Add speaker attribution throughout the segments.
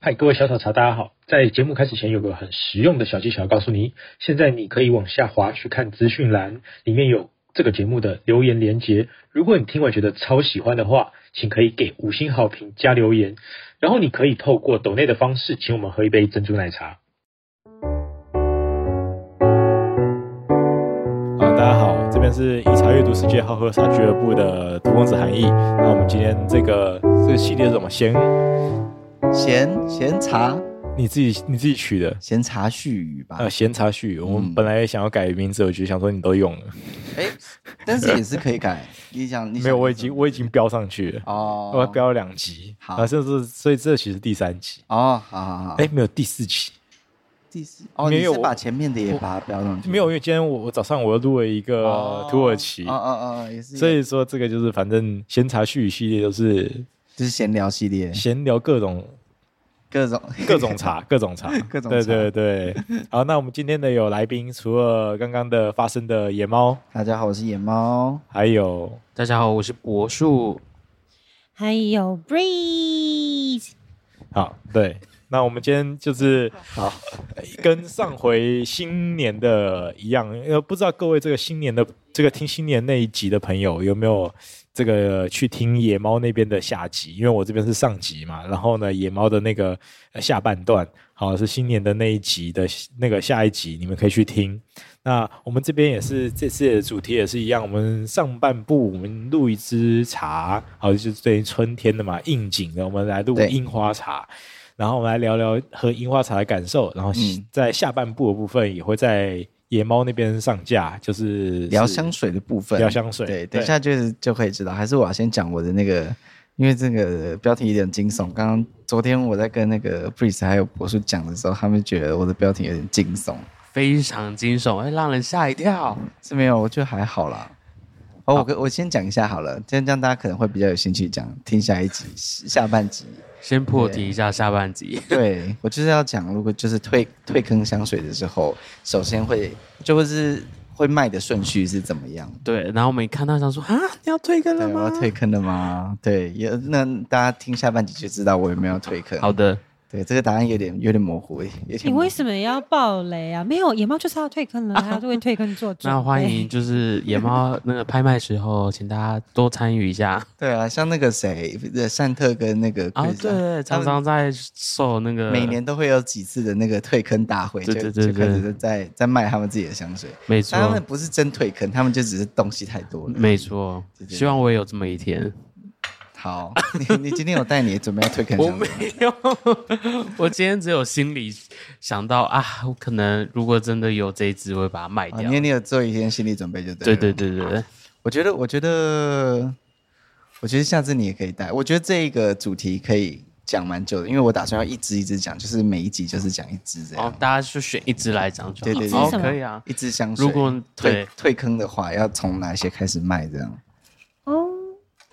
Speaker 1: 嗨，各位小草茶，大家好。在节目开始前，有个很实用的小技巧要告诉你。现在你可以往下滑去看资讯栏，里面有这个节目的留言连接。如果你听完觉得超喜欢的话，请可以给五星好评加留言。然后你可以透过抖内的方式，请我们喝一杯珍珠奶茶。
Speaker 2: 啊，大家好，这边是以茶阅读世界好喝茶俱乐部的涂公子韩毅。那我们今天这个这个系列是什么？闲，
Speaker 3: 闲闲茶
Speaker 2: 你自己你自己取的。
Speaker 3: 闲茶絮语吧，
Speaker 2: 呃，闲茶絮语，我们
Speaker 3: 嗯
Speaker 2: 本来也想要改名字，我就想说你都用了，
Speaker 3: 哎、但是也是可以改。你想，你想
Speaker 2: 没有，我已经我已经标上去了，
Speaker 3: 哦，
Speaker 2: 我标了两集，
Speaker 3: 好
Speaker 2: 啊，这是所以这其实第三集，
Speaker 3: 哦，好好好，
Speaker 2: 哎，没有第四集，
Speaker 3: 第四哦，
Speaker 2: 没
Speaker 3: 你
Speaker 2: 有
Speaker 3: 是
Speaker 2: 我
Speaker 3: 把前面的也把它标上去，
Speaker 2: 没有，因为今天我我早上我又录了一个
Speaker 3: 嗯哦
Speaker 2: 土耳其
Speaker 3: 哦，哦哦，也是，
Speaker 2: 所以说这个就是反正闲茶絮语系列就是
Speaker 3: 就是闲聊系列，
Speaker 2: 闲聊各种
Speaker 3: 各种
Speaker 2: 各种茶，各种茶，
Speaker 3: 各种
Speaker 2: 对
Speaker 3: 茶
Speaker 2: 对对。好，那我们今天的有来宾，除了刚刚的发生的野猫，
Speaker 3: 大家好，我是野猫，
Speaker 2: 还有
Speaker 4: 大家好，我是柏树。
Speaker 5: 还有 Breeze，
Speaker 2: 好对。那我们今天就是好，跟上回新年的一样，呃，不知道各位这个新年的这个听新年那一集的朋友有没有这个去听野猫那边的下集？因为我这边是上集嘛，然后呢，野猫的那个呃下半段，好是新年的那一集的那个下一集，你们可以去听。那我们这边也是这次的主题也是一样，我们上半部我们录一支茶，好就是对于春天的嘛，应景的，我们来录
Speaker 3: 对
Speaker 2: 樱花茶。然后我们来聊聊喝樱花茶的感受，然后
Speaker 3: 嗯
Speaker 2: 在下半部的部分也会在野猫那边上架，就是
Speaker 3: 聊
Speaker 2: 是
Speaker 3: 香水的部分，
Speaker 2: 聊香水
Speaker 3: 对，
Speaker 2: 对
Speaker 3: 等一下就是就可以知道，还是我要先讲我的那个。因为这个标题有点惊悚，刚刚昨天我在跟那个 Breeze 还有博叔讲的时候，他们觉得我的标题有点惊悚，
Speaker 4: 非常惊悚，会让人吓一跳。
Speaker 3: 是没有，我觉得还好啦。哦，我跟我先讲一下好了，这样这样大家可能会比较有兴趣讲听下一集下半 集。
Speaker 4: 先破题一下下半集，
Speaker 3: 对我就是要讲，如果就是退退坑香水的时候，首先会就会是会卖的顺序是怎么样？
Speaker 4: 对，然后我们一看到想说啊，你要退更
Speaker 3: 对，
Speaker 4: 了
Speaker 3: 我要
Speaker 4: 吗？
Speaker 3: 退坑了吗？对，也那大家听下半集就知道我有没有退坑。
Speaker 4: 好，的，
Speaker 3: 对，这个答案有点有点模糊，有
Speaker 5: 你
Speaker 3: 点模
Speaker 5: 为
Speaker 3: 糊。
Speaker 5: 什么要爆雷啊？没有，野猫就是要退坑 了，他就为退坑做准备。
Speaker 4: 那欢迎就是野猫那个拍卖时候，请大家多参与 一下
Speaker 3: 对啊，像那个谁，呃善特跟那个
Speaker 4: 啊。
Speaker 3: Chris
Speaker 4: 对，
Speaker 3: 他
Speaker 4: 常
Speaker 3: 们
Speaker 4: 常在售那个，
Speaker 3: 每年都会有几次的那个退坑大会，
Speaker 4: 嗯对
Speaker 3: 就
Speaker 4: 对
Speaker 3: 就
Speaker 4: 对
Speaker 3: 开
Speaker 4: 对
Speaker 3: 始在在卖他们自己的香水。
Speaker 4: 没
Speaker 3: 但他们
Speaker 4: 错
Speaker 3: 不是真退坑，他们就只是东西太多了。
Speaker 4: 没错，希望我也有这么一天。
Speaker 3: 好， 你你今天有带你准备要退坑
Speaker 4: 我
Speaker 3: 香
Speaker 4: 没
Speaker 3: 水吗？
Speaker 4: 有，我今天只有心里想到啊，我可能如果真的有这一只，我会把它卖
Speaker 3: 啊，
Speaker 4: 掉
Speaker 3: 因。为你有做一些心理准备就对。啊
Speaker 4: 对对，对对对，
Speaker 3: 我觉得，我觉得，我觉得下次你也可以带。我觉得这一个主题可以讲蛮久的，因为我打算要一支一支讲，就是每一集就是讲一支这
Speaker 4: 哦
Speaker 3: 样。，
Speaker 4: 大家就选一只来讲就好。
Speaker 3: 对对对
Speaker 4: 哦
Speaker 5: 一只什，么
Speaker 4: 可以啊。
Speaker 3: 一支香水，
Speaker 4: 如果
Speaker 3: 退
Speaker 4: 对
Speaker 3: 退坑的话，要从哪些开始卖这样？
Speaker 5: 哦，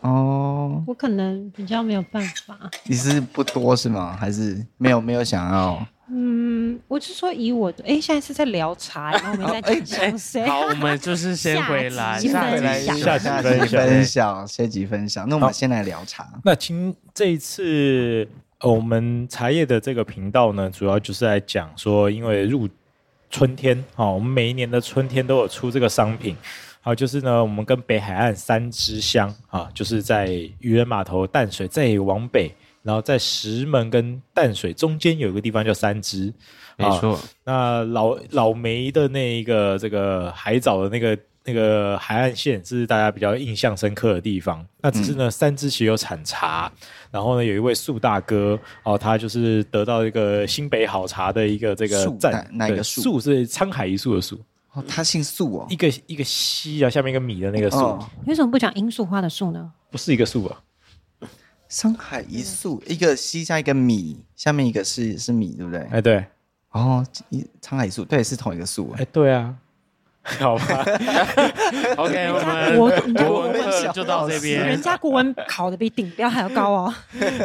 Speaker 3: 哦，
Speaker 5: 我可能比较没有办法。
Speaker 3: 你是不多是吗？还是没有没有想要？
Speaker 5: 嗯，我是说以我的，哎，现在是在聊茶，然后我们在 讲香水。
Speaker 4: 好，我们就是先回来，
Speaker 5: 下集
Speaker 4: 下
Speaker 5: 分
Speaker 4: 集
Speaker 5: 享
Speaker 4: 下集
Speaker 2: 下集
Speaker 3: 下
Speaker 2: 分
Speaker 3: 集
Speaker 2: 享
Speaker 3: 分享，下集分享。那我们先来聊茶，
Speaker 2: 那今这一次、呃我们茶叶的这个频道呢，主要就是来讲说，因为入春天哦，我们每一年的春天都有出这个商品。好，就是呢，我们跟北海岸三支乡啊，就是在渔人码头、淡水，再往北，然后在石门跟淡水中间有一个地方叫三支，
Speaker 4: 没
Speaker 2: 啊
Speaker 4: 错，
Speaker 2: 那老老梅的那一个这个海藻的那个那个海岸线是大家比较印象深刻的地方。那只是
Speaker 3: 嗯
Speaker 2: 呢，三支其实有产茶，然后呢，有一位树大哥哦，他就是得到一个新北好茶的一个这个
Speaker 3: 树
Speaker 2: 赞
Speaker 3: 哪，哪一个
Speaker 2: 对
Speaker 3: 树
Speaker 2: 树是沧海一粟的树，
Speaker 3: 哦他姓素哦
Speaker 2: 一，个一个西啊，下面一个米的那个树，
Speaker 3: 哦
Speaker 5: 你为什么不讲罂粟花的 树呢？
Speaker 2: 不是一个树啊吧？
Speaker 3: 上海一粟，一个西加一个米，下面一个是是米，对不对？
Speaker 2: 哎，对，
Speaker 3: 哦，一沧海一粟，对，是同一个粟。
Speaker 2: 哎，对啊， 好吧，
Speaker 4: OK，我们
Speaker 5: 国
Speaker 4: 国
Speaker 3: 国
Speaker 4: 文
Speaker 3: 文
Speaker 4: 课
Speaker 3: 小
Speaker 4: 就到这边
Speaker 5: 人。家国文考的比顶标还要 高哦。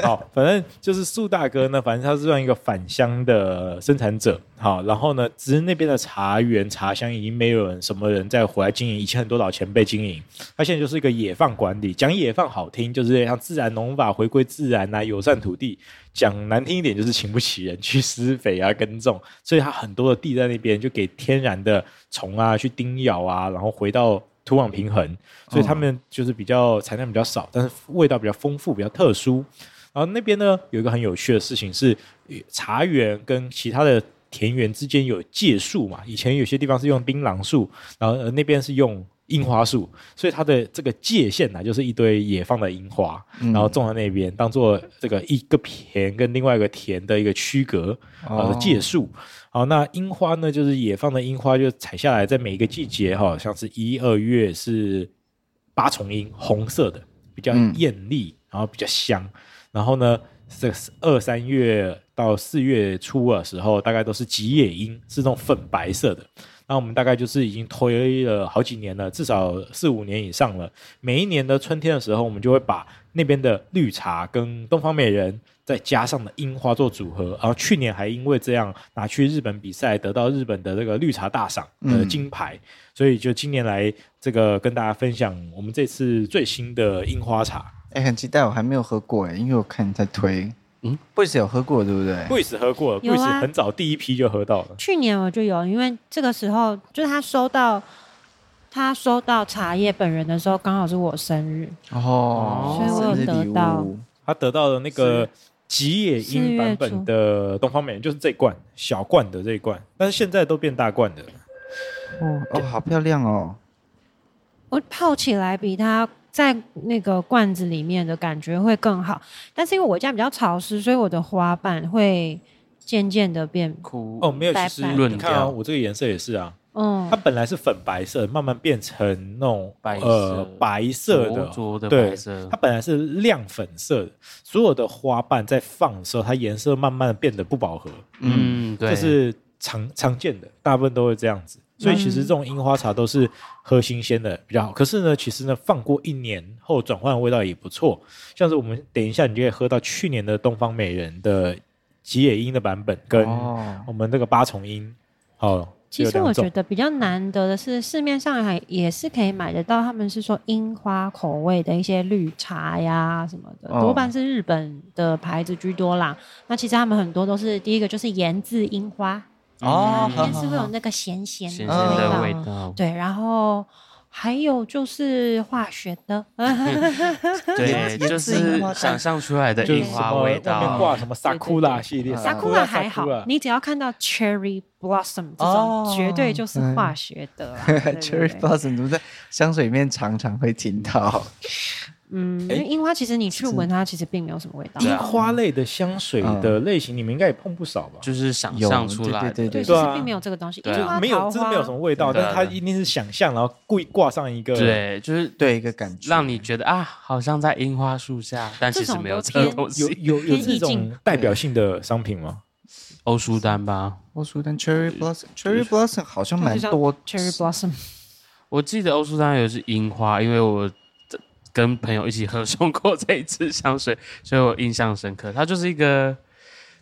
Speaker 2: 好，反正就是树大哥呢，反正他是算一个返乡的生产者。好，然后呢，只是那边的茶园、茶乡已经没有人什么人再回来经营，以前很多老前辈经营，他现在就是一个野放管理。讲野放好听，就是像自然农法回归自然啊，友善土地。讲难听一点就是请不起人去施肥啊、耕种，所以它很多的地在那边就给天然的虫啊去叮咬啊，然后回到土壤平衡，所以他们就是比较产量比较少，但是味道比较丰富、比较特殊。然后那边呢有一个很有趣的事情是，呃茶园跟其他的田园之间有界树嘛，以前有些地方是用槟榔树，然后呃那边是用樱花树，所以它的这个界限呢、就是一堆野放的樱花，
Speaker 3: 嗯
Speaker 2: 然后种在那边当做这个一个田跟另外一个田的一个区隔啊、呃
Speaker 3: 哦
Speaker 2: 界树。好，那樱花呢，就是野放的樱花，就采下来，在每一个季节哈、像是一二月是八重樱，红色的比较
Speaker 3: 嗯
Speaker 2: 艳丽，然后比较香。然后呢，这个二三月到四月初的时候，大概都是吉野樱，是那种粉白色的。那我们大概就是已经推了好几年了，至少四五年以上了。每一年的春天的时候，我们就会把那边的绿茶跟东方美人再加上的樱花做组合。然后去年还因为这样拿去日本比赛，得到日本的这个绿茶大赏的
Speaker 3: 嗯
Speaker 2: 金牌。所以就今年来这个跟大家分享我们这次最新的樱花茶。
Speaker 3: 哎、很期待，我还没有喝过哎、因为我看你在推。嗯
Speaker 4: 嗯
Speaker 3: ，Boys 有喝过对不对？
Speaker 2: 贵子喝过了，
Speaker 5: 有
Speaker 2: 贵
Speaker 5: 啊
Speaker 2: 子很早第一批就喝到了。
Speaker 5: 去年我就有，因为这个时候就是他收到他收到茶叶本人的时候，刚好是我生日，
Speaker 3: 哦，
Speaker 5: 所以我有
Speaker 3: 生日
Speaker 5: 得
Speaker 3: 礼
Speaker 5: 到
Speaker 3: 物
Speaker 2: 他得到了那个吉野樱版本的东方美人，就是这一罐小罐的这一罐，但是现在都变大罐的了。
Speaker 3: 哦，好漂亮哦。
Speaker 5: 我泡起来比它在那个罐子里面的感觉会更好。但是因为我家比较潮湿，所以我的花瓣会渐渐的变，
Speaker 4: 哭
Speaker 2: 哦，没有，其实
Speaker 5: 白白
Speaker 4: 的
Speaker 2: 你看啊，我这个颜色也是啊，
Speaker 5: 嗯
Speaker 2: 它，本来是粉白色，慢慢变成那种
Speaker 4: 白色
Speaker 2: 呃白色的
Speaker 4: 灼灼的
Speaker 2: 对
Speaker 4: 白色
Speaker 2: 它本来是亮粉色的，所有的花瓣在放的时候，它颜色慢慢的变得不饱和。
Speaker 4: 嗯，对，
Speaker 2: 这是常常见的，大部分都会这样子。所以其
Speaker 4: 嗯
Speaker 2: 实这种樱花茶都是喝新鲜的比较好。可是呢，其实呢，放过一年后转换的味道也不错。像是我们等一下，你就可以喝到去年的东方美人的吉野樱的版本，跟
Speaker 3: 哦
Speaker 2: 我们这个八重樱，哦，
Speaker 5: 其
Speaker 2: 有
Speaker 5: 实
Speaker 2: 两
Speaker 5: 我
Speaker 2: 种
Speaker 5: 觉得比较难得的是，市面上还也是可以买得到，他们是说樱花口味的一些绿茶呀什么的，
Speaker 3: 哦
Speaker 5: 多半是日本的牌子居多啦。那其实他们很多都是第一个就是盐渍樱花，
Speaker 3: 哦，
Speaker 5: 里
Speaker 3: 好
Speaker 5: 面
Speaker 3: 好
Speaker 5: 是会有
Speaker 3: 好
Speaker 5: 那个咸咸
Speaker 4: 咸咸
Speaker 5: 的味
Speaker 4: 的
Speaker 5: 道，
Speaker 4: 味道，
Speaker 5: 对，然后还有就是化学的，
Speaker 4: 对，
Speaker 3: 也
Speaker 4: 就
Speaker 3: 自己
Speaker 4: 是
Speaker 3: 花
Speaker 4: 想象出来的
Speaker 2: 就是
Speaker 4: 樱
Speaker 2: 什
Speaker 4: 花
Speaker 2: 么外
Speaker 4: 味
Speaker 2: 面
Speaker 4: 道，嗯
Speaker 2: 挂什么萨库拉系列，
Speaker 3: 对对对
Speaker 5: 萨库拉还
Speaker 2: sakura
Speaker 5: 好，你只要看到 cherry blossom 这
Speaker 3: 哦
Speaker 5: 种，绝对就是化学的啦。对对对
Speaker 3: Cherry Blossom 怎么在香水里面常常会听到？
Speaker 5: 嗯，因为樱花其实你去闻它，其实并没有什么味道。
Speaker 2: 樱花类的香水
Speaker 4: 嗯
Speaker 2: 的类型，你们应该也碰不少吧？
Speaker 4: 就是想
Speaker 3: 有
Speaker 4: 象出来的，
Speaker 3: 对对
Speaker 2: 对
Speaker 3: 对
Speaker 5: 对，其
Speaker 2: 啊
Speaker 5: 实并没有这个东西。
Speaker 4: 对啊
Speaker 5: 樱花、
Speaker 2: 没
Speaker 5: 桃
Speaker 2: 有，
Speaker 5: 花
Speaker 2: 真的没有什么味道，
Speaker 4: 对啊
Speaker 2: 但它一定是想象，然后故意挂上一个
Speaker 4: 对，就是
Speaker 3: 对，一个感觉，
Speaker 4: 让你觉得啊，好像在樱花树下，但其
Speaker 5: 这
Speaker 4: 实
Speaker 5: 种
Speaker 4: 没有
Speaker 5: 都
Speaker 4: 这个
Speaker 5: 偏
Speaker 4: 东
Speaker 2: 有
Speaker 4: 西。
Speaker 2: 有有
Speaker 5: 偏
Speaker 2: 这
Speaker 5: 意
Speaker 2: 种
Speaker 5: 境
Speaker 2: 代表性的商品吗？
Speaker 4: 欧舒丹吧，
Speaker 3: 我说但 Cherry Blossom，Cherry Blossom 好像蛮多
Speaker 5: cherry blossom，
Speaker 4: 我记得欧舒丹有是樱花，因为我这跟朋友一起合送过这一支香水，所以我印象深刻。它就是一个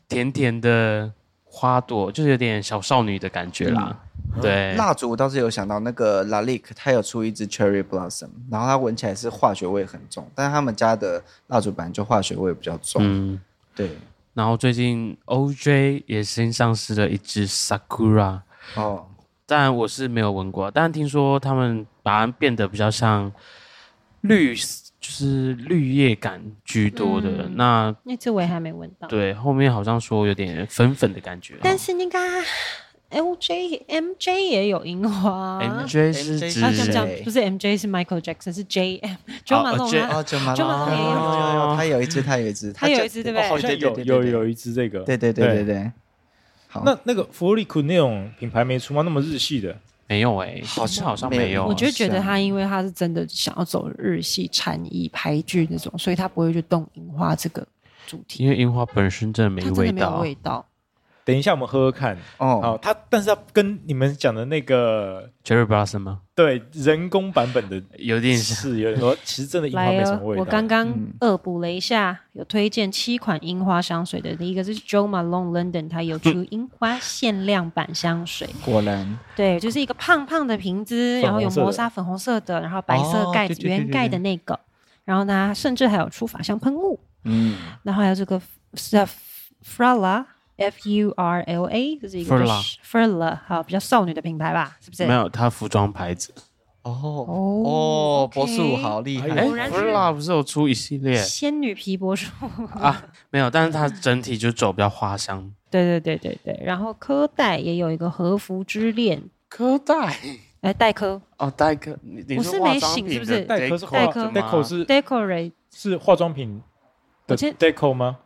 Speaker 4: 甜甜的花朵，就是有点小少女的感觉啦。对，
Speaker 3: 蜡烛，我倒是有想到那个 Lalique，它有出一支 Cherry Blossom，然后它闻起来是化学味很重，但是他们家的蜡烛本来就化学味比较重。
Speaker 4: 嗯。
Speaker 3: 对，
Speaker 4: 然后最近 OJ 也新上市了一支 Sakura，
Speaker 3: 哦，
Speaker 4: 但我是没有闻过，但听说他们把它变得比较像绿，就是绿叶感居多的。
Speaker 5: 嗯
Speaker 4: 那
Speaker 5: 那次我也还没闻到。
Speaker 4: 对后面好像说有点粉粉的感觉。
Speaker 5: 但是那个 LJ MJ 也有樱花。
Speaker 4: MJ 是
Speaker 3: MJ
Speaker 4: 指
Speaker 5: 啊，这样
Speaker 3: 是
Speaker 5: 讲不是 MJ 是，Michael Jackson 是 JM，九马龙
Speaker 4: J-
Speaker 5: 啊
Speaker 3: 哦，，九马
Speaker 5: 九马龙也有
Speaker 3: 有有有，它有一支，它有一支，
Speaker 5: 它有一支对不哎对
Speaker 2: 好像有有有，一支这个，
Speaker 3: 对对对对对对对对对对，好，
Speaker 2: 那那个福利库那种品牌没出吗？那么日系的，
Speaker 4: 没有哎、
Speaker 3: 好像
Speaker 4: 好像
Speaker 3: 没有
Speaker 4: 没有。啊
Speaker 5: 我就觉得
Speaker 3: 像
Speaker 5: 他，因为他是真的想要走日系禅意排剧那种，所以他不会去动樱花这个主题，
Speaker 4: 因为樱花本身真的没
Speaker 5: 他真
Speaker 4: 味
Speaker 5: 的没有
Speaker 4: 道，啊
Speaker 5: 味道。
Speaker 2: 等一下我们喝喝看。
Speaker 3: 哦
Speaker 2: 好，它但是它跟你们讲的那个
Speaker 4: Cherry Blossom 吗？
Speaker 2: 对人工版本的
Speaker 4: 有点像。
Speaker 2: 是有点 多，其实真的樱花
Speaker 5: 来
Speaker 2: 没什
Speaker 5: 哦
Speaker 2: 么，味道。
Speaker 5: 我刚刚
Speaker 3: 嗯
Speaker 5: 恶补了一下，有推荐七款樱花香水的，第一个是 Jo Malone London，它有出樱花限量版香水，
Speaker 3: 果然
Speaker 5: 对，就是一个胖胖的瓶子，
Speaker 2: 粉红色的
Speaker 5: 然后有磨砂粉红色的，然后白色盖
Speaker 3: 哦对对对
Speaker 5: 子
Speaker 3: 对对
Speaker 5: 圆盖的那个，然后呢，甚至还有出法香喷雾，
Speaker 3: 嗯，
Speaker 5: 然后还有这个是 Frala F U R L A，这是一个
Speaker 4: Furla
Speaker 5: Frala，好，比较少女的品牌吧，是不是？
Speaker 4: 没有，它服装牌子。
Speaker 3: 哦
Speaker 5: 哦
Speaker 3: 哦，博树
Speaker 5: OK
Speaker 3: 好厉害，
Speaker 4: 哎
Speaker 5: 果然是
Speaker 4: ，Furla 不是有出一系列
Speaker 5: 仙女皮博士，
Speaker 4: 啊？没有，但是它整体就走比较花香。
Speaker 5: 对对对对对。然后科代也有一个和服之恋，
Speaker 4: 科带
Speaker 5: 哎，代科
Speaker 4: 哦，代科，你你
Speaker 5: 我是
Speaker 4: 化
Speaker 5: 没
Speaker 4: 妆
Speaker 5: 醒
Speaker 4: 品
Speaker 5: 是不
Speaker 4: 的
Speaker 5: 是
Speaker 2: 代科是化
Speaker 5: 代科
Speaker 2: 代科是
Speaker 5: decorate
Speaker 2: 是化妆品的
Speaker 5: 我先
Speaker 2: deco 吗？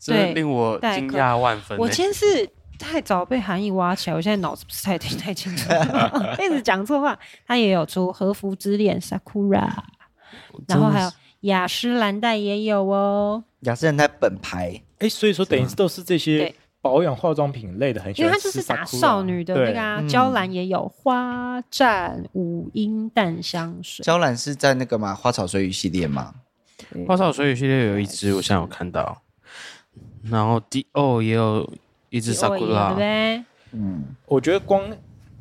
Speaker 4: 这
Speaker 5: 对
Speaker 4: 令我
Speaker 5: 代
Speaker 4: 惊
Speaker 5: 科
Speaker 4: 讶万分欸。
Speaker 5: 我先是太早被韩义挖起来，我现在脑子不是太听太清楚了，一直讲错话。他也有出《和服之恋》（Sakura），然后还有雅诗兰黛也有哦，
Speaker 3: 雅诗兰黛本牌
Speaker 2: 哎，所以说等于都是这些
Speaker 5: 对
Speaker 2: 保养化妆品类的，很喜
Speaker 5: 因为
Speaker 2: 欢
Speaker 5: 它
Speaker 2: 吃
Speaker 5: 就是
Speaker 2: sakura。
Speaker 5: 打少女的那
Speaker 2: 对
Speaker 5: 个啊，
Speaker 3: 嗯
Speaker 5: 娇兰也有花绽五音淡香水，
Speaker 3: 娇兰是在那个嘛花草水语系列嘛，
Speaker 4: 花少水语系列有一只，我现在有看到，然后 D O 也有一只
Speaker 5: Dior 也有对不
Speaker 4: Sakura，
Speaker 5: 对？
Speaker 3: 嗯，
Speaker 2: 我觉得光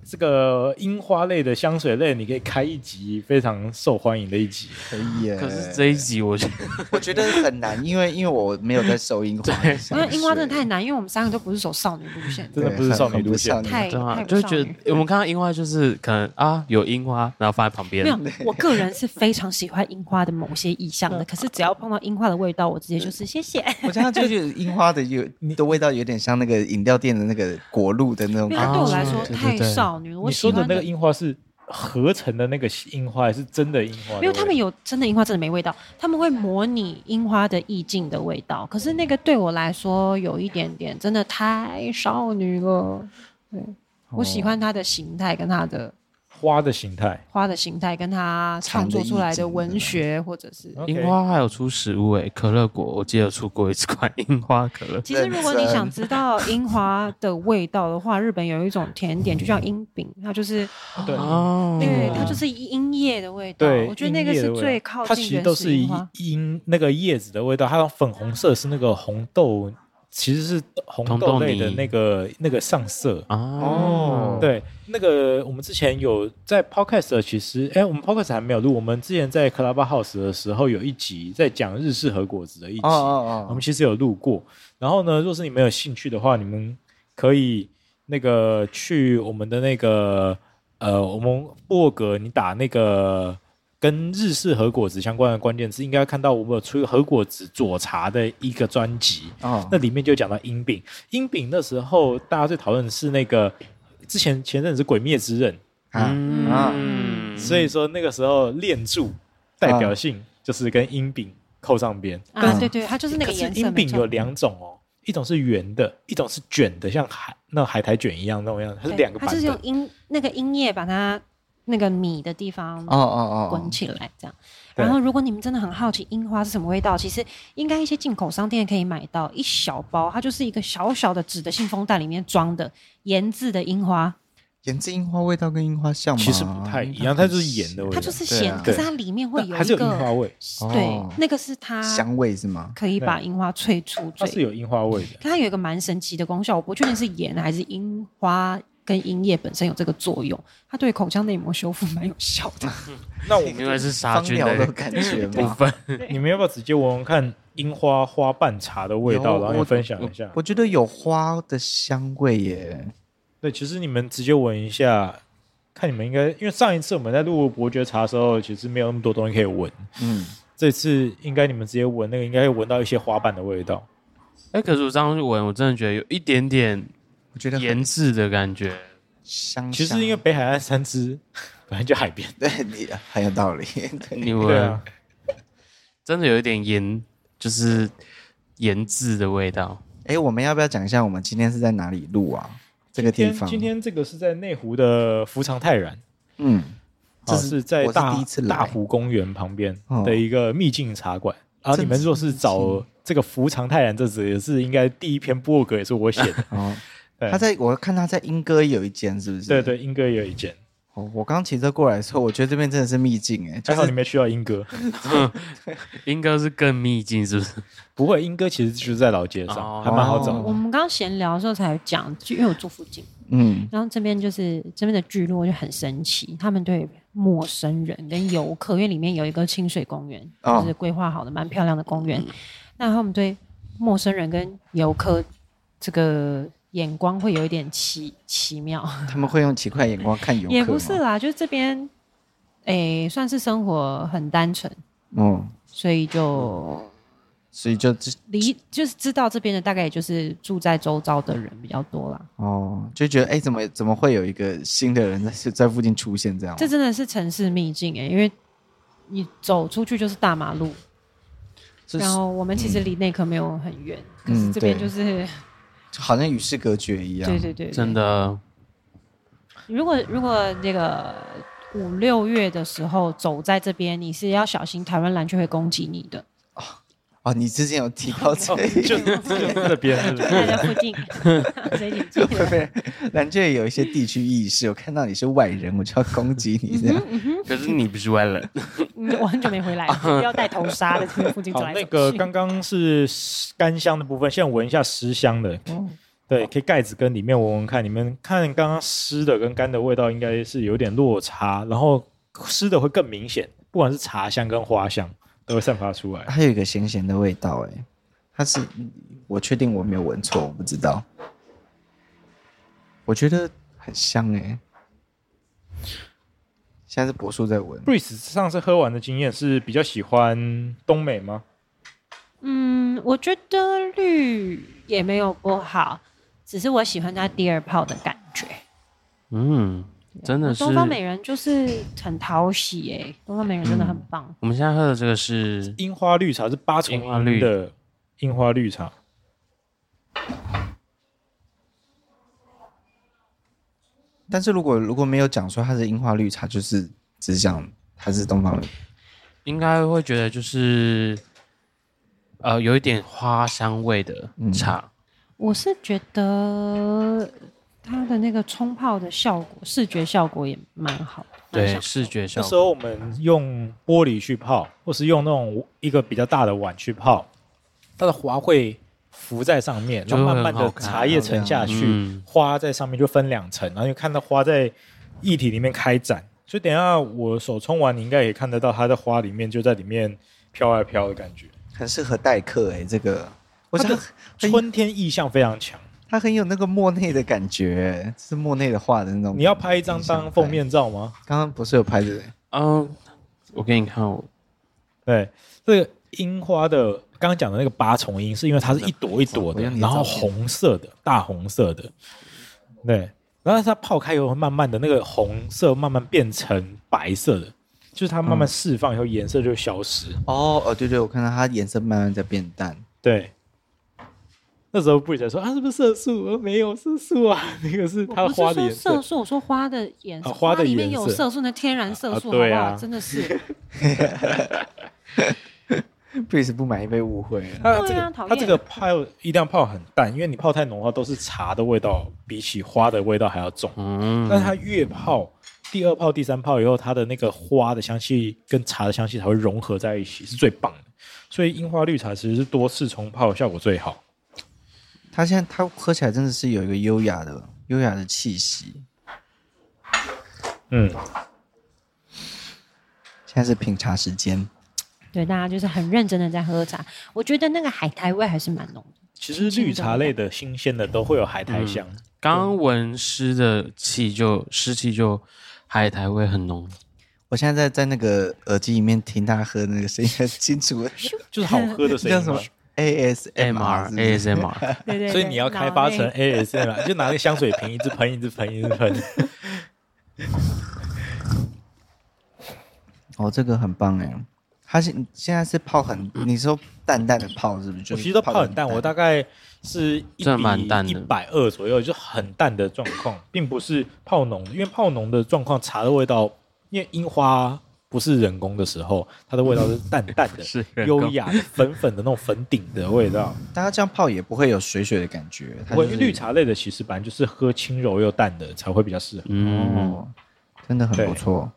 Speaker 2: 这个樱花类的香水类，你可以开一集非常受欢迎的一集。
Speaker 3: 可以耶。
Speaker 4: 可是这一集我觉得
Speaker 3: 我觉得很难，因为因为我没有在收 樱花
Speaker 4: 对
Speaker 3: 的香水，
Speaker 5: 因为樱花真的太难，因为我们三个都不是走少女路线，
Speaker 2: 真的不是少女路线
Speaker 3: 对很
Speaker 5: 太
Speaker 3: 很不少女
Speaker 4: 对啊，
Speaker 5: 太
Speaker 4: 就
Speaker 5: 不
Speaker 4: 是
Speaker 5: 少
Speaker 4: 觉
Speaker 5: 女。
Speaker 4: 得我们看到樱花就是可能啊有樱花，然后放在旁边
Speaker 5: 没，有，我个人是非常喜欢樱花的某些意象的，可是只要碰到樱花的味道，我直接就是谢谢。
Speaker 3: 我觉得它就是樱花的有的味道，有点像那个饮料店的那个果露的那种
Speaker 5: 因为
Speaker 3: 感
Speaker 5: 它对我来
Speaker 4: 啊
Speaker 5: 说
Speaker 4: 对对
Speaker 5: 太
Speaker 4: 对
Speaker 5: 少女了。我
Speaker 2: 你
Speaker 5: 喜
Speaker 2: 说的
Speaker 5: 欢
Speaker 2: 那个樱花是合成的那个樱花，还是真的樱花的味道？
Speaker 5: 没有，他们有真的樱花真的没味道，他们会模拟樱花的意境的味道。可是那个对我来说有一点点真的太少女了。对，
Speaker 2: 哦
Speaker 5: 我喜欢它的形态跟它的
Speaker 2: 花的形态。
Speaker 5: 花的形态，跟它创作出来的文学或者是。
Speaker 2: OK
Speaker 4: 樱花还有出食物诶，可乐果我记得有出过一款樱花可乐，
Speaker 5: 其实，如果你想知道樱花的味道的话，日本有一种甜点就叫樱饼，它就是
Speaker 2: 对
Speaker 4: 哦
Speaker 5: 对，它就是樱叶的味
Speaker 2: 嗯
Speaker 5: 道。
Speaker 2: 对，
Speaker 5: 啊我觉得那个
Speaker 2: 樱叶
Speaker 5: 是
Speaker 2: 的味道
Speaker 5: 最靠
Speaker 2: 它
Speaker 5: 近
Speaker 2: 其实
Speaker 5: 原
Speaker 2: 都
Speaker 5: 始
Speaker 2: 是
Speaker 5: 樱
Speaker 2: 以
Speaker 5: 花。
Speaker 2: 樱那个叶子的味道，它的粉红色是那个红豆，其实是红
Speaker 4: 红
Speaker 2: 豆
Speaker 4: 豆
Speaker 2: 类的
Speaker 4: 泥
Speaker 2: 那个那个上色。
Speaker 4: 啊
Speaker 3: 哦
Speaker 2: 对，那个我们之前有在 podcast，的其实哎，我们 podcast 还没有录，我们之前在 Clubhouse 的时候有一集在讲日式和果子的一集，
Speaker 3: 哦哦
Speaker 2: 我
Speaker 3: 哦
Speaker 2: 们，其实有录过。然后呢，若是你们有兴趣的话，你们可以那个去我们的那个呃，我们博格，你打那个跟日式和果子相关的关键字，应该看到我们有出一个和果子佐茶的一个专辑。
Speaker 3: 哦
Speaker 2: 那里面就讲到阴饼，阴饼那时候大家最讨论的是那个之前前阵子是《鬼灭之刃》，
Speaker 3: 啊，
Speaker 4: 嗯，
Speaker 2: 所以说那个时候练柱代表性就是跟阴饼扣上边。
Speaker 5: 啊，对对，它就是那个
Speaker 2: 可是
Speaker 5: 颜色
Speaker 2: 阴
Speaker 5: 没
Speaker 2: 饼
Speaker 5: 错。
Speaker 2: 有两种哦，一种是圆的，一种是卷的，像海那海苔卷一样那种样子，它是
Speaker 5: 对
Speaker 2: 两个
Speaker 5: 它
Speaker 2: 版
Speaker 5: 就是用
Speaker 2: 本。
Speaker 5: 音那个音叶把它那个米的地方
Speaker 3: 哦哦
Speaker 5: 滚
Speaker 3: 哦，
Speaker 5: 起来，这样。
Speaker 2: 对
Speaker 5: 然后，如果你们真的很好奇樱花是什么味道，其实应该一些进口商店可以买到一小包，它就是一个小小的纸的信封袋，里面装的盐渍的樱花，
Speaker 3: 盐渍樱花味道跟樱花像吗？
Speaker 2: 其实不太一样，它就是盐的味
Speaker 5: 它
Speaker 2: 道，
Speaker 5: 就是
Speaker 3: 对
Speaker 5: 咸，
Speaker 3: 啊
Speaker 5: 可是它里面会
Speaker 2: 但
Speaker 5: 有
Speaker 2: 还是
Speaker 5: 一
Speaker 2: 有樱花
Speaker 5: 个
Speaker 2: 味，
Speaker 5: 对
Speaker 3: 哦，
Speaker 5: 那个是它
Speaker 3: 香味是吗？
Speaker 5: 可以把樱花萃出
Speaker 2: 它是
Speaker 5: 最。
Speaker 2: 有樱花味的。
Speaker 5: 可它有一个蛮神奇的功效，我不确定是盐还是樱花跟樱叶本身有这个作用，它对口腔内膜修复蛮有效的。
Speaker 2: 那我们
Speaker 4: 因为是杀
Speaker 3: 芳
Speaker 4: 菌
Speaker 3: 疗
Speaker 4: 的
Speaker 3: 的感觉
Speaker 4: 部
Speaker 3: 吗？
Speaker 4: 分，
Speaker 2: 你们要不要直接闻闻看樱花花瓣茶的味道，
Speaker 3: 有
Speaker 2: 然后
Speaker 3: 我
Speaker 2: 分享一下
Speaker 3: 我？觉得有花的香味耶，
Speaker 2: 对，其实你们直接闻一下，看你们应该，因为上一次我们在录伯爵茶的时候，其实没有那么多东西可以闻，
Speaker 3: 嗯，
Speaker 2: 这次应该你们直接闻那个，应该会闻到一些花瓣的味道。
Speaker 4: 哎，可是我这样闻，我真的觉得有一 点点
Speaker 3: 我觉得很
Speaker 4: 腌制的感觉。
Speaker 3: 香香。
Speaker 2: 其实因为北海岸三只本来就海边，
Speaker 3: 对你很有道理， 对
Speaker 4: 你闻，
Speaker 2: 对啊，
Speaker 4: 真的有一点盐，就是盐渍的味道。
Speaker 3: 哎，我们要不要讲一下我们今天是在哪里录啊？这个地
Speaker 2: 今
Speaker 3: 方，
Speaker 2: 天今天这个是在内湖的福长泰然，
Speaker 3: 嗯，这
Speaker 2: 啊
Speaker 3: 是
Speaker 2: 是在
Speaker 3: 我是
Speaker 2: 大
Speaker 3: 第一次来
Speaker 2: 大湖公园旁边
Speaker 3: 哦。
Speaker 2: 的一个秘境茶馆。然后你们若是找这个福长泰然，这只也是应该第一篇博客也是我写的
Speaker 3: 哦，
Speaker 2: 对
Speaker 3: 他在我看他在英歌有一间，是不是？
Speaker 2: 对对，英哥也有一件，
Speaker 3: 哦，我刚骑车过来的时候，我觉得这边真的是秘境哎，就
Speaker 2: 还好你
Speaker 3: 是
Speaker 2: 没去到英哥。
Speaker 4: 应该是更秘境，是不是？
Speaker 2: 不会，英哥其实就是在老街上，
Speaker 4: 哦
Speaker 2: 还蛮好找的。
Speaker 5: 我们刚刚闲聊的时候才讲，就因为我住附近，
Speaker 3: 嗯，
Speaker 5: 然后这边就是这边的聚落就很神奇，他们对陌生人跟游客，因为里面有一个清水公园，
Speaker 3: 哦
Speaker 5: 就是规划好的蛮漂亮的公园，那他们对陌生人跟游客这个眼光会有一点奇奇妙，
Speaker 3: 他们会用奇怪眼光看游客吗
Speaker 5: 也不是啦，就是这边诶算是生活很单纯，
Speaker 3: 嗯，
Speaker 5: 所以就
Speaker 3: 所以就这
Speaker 5: 离就是知道这边的大概也就是住在周遭的人比较多啦。
Speaker 3: 哦，就觉得哎、诶怎么怎么会有一个新的人在在附近出现这样吗？
Speaker 5: 这真的是城市秘境诶、因为你走出去就是大马路，
Speaker 3: 这
Speaker 5: 然后我们其实离内科没有很远，可是
Speaker 3: 嗯
Speaker 5: 这边
Speaker 3: 对
Speaker 5: 就是、
Speaker 3: 就好像与世隔绝一样。
Speaker 5: 对对对对
Speaker 4: 真的
Speaker 5: 如果如果那个五六月的时候走在这边，你是要小心台湾蓝雀会攻击你 的，
Speaker 3: 哦，你之前有提到这个，
Speaker 2: 就就这边是不
Speaker 5: 就是在这附近， 所以你记
Speaker 3: 会
Speaker 5: 得。
Speaker 3: 被蓝雀有一些地区意识，我看到你是外人，我就要攻击你这样。
Speaker 2: 嗯
Speaker 4: 可是你不是外人，
Speaker 5: 嗯我很久没 回来了，不要带头纱的这边附近走
Speaker 2: 啊 好，
Speaker 5: 来走
Speaker 2: 那
Speaker 5: 去。
Speaker 2: 个刚刚是干香的部分，现在闻一下湿香的。对，可以盖子跟里面闻闻看，你们看刚刚湿的跟干的味道应该是有点落差，然后湿的会更明显，不管是茶香跟花香都会散发出 来。
Speaker 3: 它有一个咸咸的味道、哎，它是我确定我没有闻错，我不知道。我觉得很香哎、现在是柏树在闻，
Speaker 2: Breeze 上次喝完的经验是比较喜欢东美吗？
Speaker 5: 嗯，我觉得绿也没有不好，只是我喜欢它第二泡的感觉。
Speaker 4: 嗯，真的是。
Speaker 5: 东方美人就是很讨喜哎、东方美人真的很棒。
Speaker 4: 我们现在喝的这个是
Speaker 2: 樱花绿茶是八重
Speaker 4: 樱花
Speaker 2: 樱
Speaker 4: 绿
Speaker 2: 的樱花绿茶，
Speaker 3: 但是如果如果没有讲说它是樱花绿茶，就是只讲它是东方绿，
Speaker 4: 应该会觉得就是呃有一点花香味的
Speaker 3: 嗯
Speaker 4: 茶，
Speaker 5: 我是觉得它的那个冲泡的效果，视觉效果也蛮好的。蛮
Speaker 4: 对
Speaker 5: 享
Speaker 4: 视觉效
Speaker 2: 那时
Speaker 4: 果。
Speaker 2: 候我们用玻璃去泡，或是用那种一个比较大的碗去泡，它的花会浮在上面，
Speaker 4: 就
Speaker 2: 然
Speaker 4: 会
Speaker 2: 后慢慢
Speaker 4: 很
Speaker 2: 的
Speaker 4: 好看
Speaker 2: 茶叶沉下去，
Speaker 4: 嗯
Speaker 2: 花在上面就分两层，然后就看到花在液体里面开展。所以等一下我手冲完，你应该也看得到它在花里面就在里面飘啊飘的感觉。
Speaker 3: 很适合待客哎、这个我
Speaker 2: 它
Speaker 3: 想
Speaker 2: 的
Speaker 4: 哎
Speaker 2: 春天意象非常强，
Speaker 3: 它很有那个莫内的感觉、是莫内的画的那种。
Speaker 2: 你要拍一张当封面照吗？
Speaker 3: 刚刚不是有拍的
Speaker 4: 嗯，我给你看哦我
Speaker 2: 对，这个樱花的刚刚讲的那个八重樱，是因为它是一朵一朵的
Speaker 3: 我用，你的
Speaker 2: 然后
Speaker 3: 照片
Speaker 2: 红色的，大红色的，对，然后它泡开以后，慢慢的那个红色慢慢变成白色的，就是它慢慢释放以后，颜色就消失。
Speaker 3: 哦哦，对对，我看到它颜色慢慢在变淡。
Speaker 2: 对，那时候布里才说啊，是不是色素？我说没有色素啊， 那个是它
Speaker 5: 我
Speaker 2: 的
Speaker 5: 不
Speaker 2: 花
Speaker 5: 是
Speaker 2: 的
Speaker 5: 说
Speaker 2: 颜
Speaker 5: 色
Speaker 2: 色。
Speaker 5: 素，我说花的颜色，
Speaker 2: 啊花的
Speaker 5: 里
Speaker 2: 颜
Speaker 5: 面有
Speaker 2: 色
Speaker 5: 色素，那天然色
Speaker 2: 啊
Speaker 5: 素，
Speaker 2: 对
Speaker 5: 好不
Speaker 2: 啊
Speaker 5: 好？真的是
Speaker 3: Breeze 不满意被误会了。
Speaker 2: 它这
Speaker 5: 对啊
Speaker 2: 个
Speaker 5: 讨厌
Speaker 2: 它这个泡一定要泡很淡，因为你泡太浓的话，都是茶的味道，比起花的味道还要重。
Speaker 4: 嗯，
Speaker 2: 但是它越泡第二泡、第三泡以后，它的那个花的香气跟茶的香气才会融合在一起，是最棒的。所以樱花绿茶其实是多次重泡效果最好。
Speaker 3: 它现在它喝起来真的是有一个优雅的优雅的气息。
Speaker 2: 嗯，
Speaker 3: 现在是品茶时间，
Speaker 5: 对大家就是很认真的在喝茶。我觉得那个海苔味还是蛮浓的，
Speaker 2: 其实绿茶类的新鲜的都会有海苔香，
Speaker 5: 嗯
Speaker 4: 刚刚闻湿的气就湿气就海苔味很浓，
Speaker 3: 我现在在在那个耳机里面听他喝那个声音很清楚，
Speaker 2: 就是好喝的声
Speaker 3: 叫
Speaker 2: 音
Speaker 3: 什
Speaker 2: 嘛
Speaker 3: 么。ASMR？
Speaker 4: MR
Speaker 3: 是不是
Speaker 4: ASMR，
Speaker 5: 对对
Speaker 2: 所以你要开发成 ASMR，就拿那个香水瓶一直喷，一直喷，一直喷。
Speaker 3: 哦，这个很棒哎。它现现在是泡很，你说淡淡的泡是不是？就
Speaker 2: 我
Speaker 3: 是
Speaker 2: 其实都泡很淡，我大概是一
Speaker 4: 真的蛮淡
Speaker 2: 比一
Speaker 4: 的
Speaker 2: 百二左右，就很淡的状况，并不是泡浓的，因为泡浓的状况，茶的味道，因为樱花不是人工的时候，它的味道是淡淡的，
Speaker 4: 是人工
Speaker 2: 优雅的、粉粉的那种粉顶的味 道。
Speaker 3: 大家这样泡也不会有水水的感觉。它
Speaker 2: 我
Speaker 3: 就是
Speaker 2: 绿茶类的其实本来就是喝轻柔又淡的才会比较适合，
Speaker 4: 嗯，
Speaker 3: 哦，真的很不错。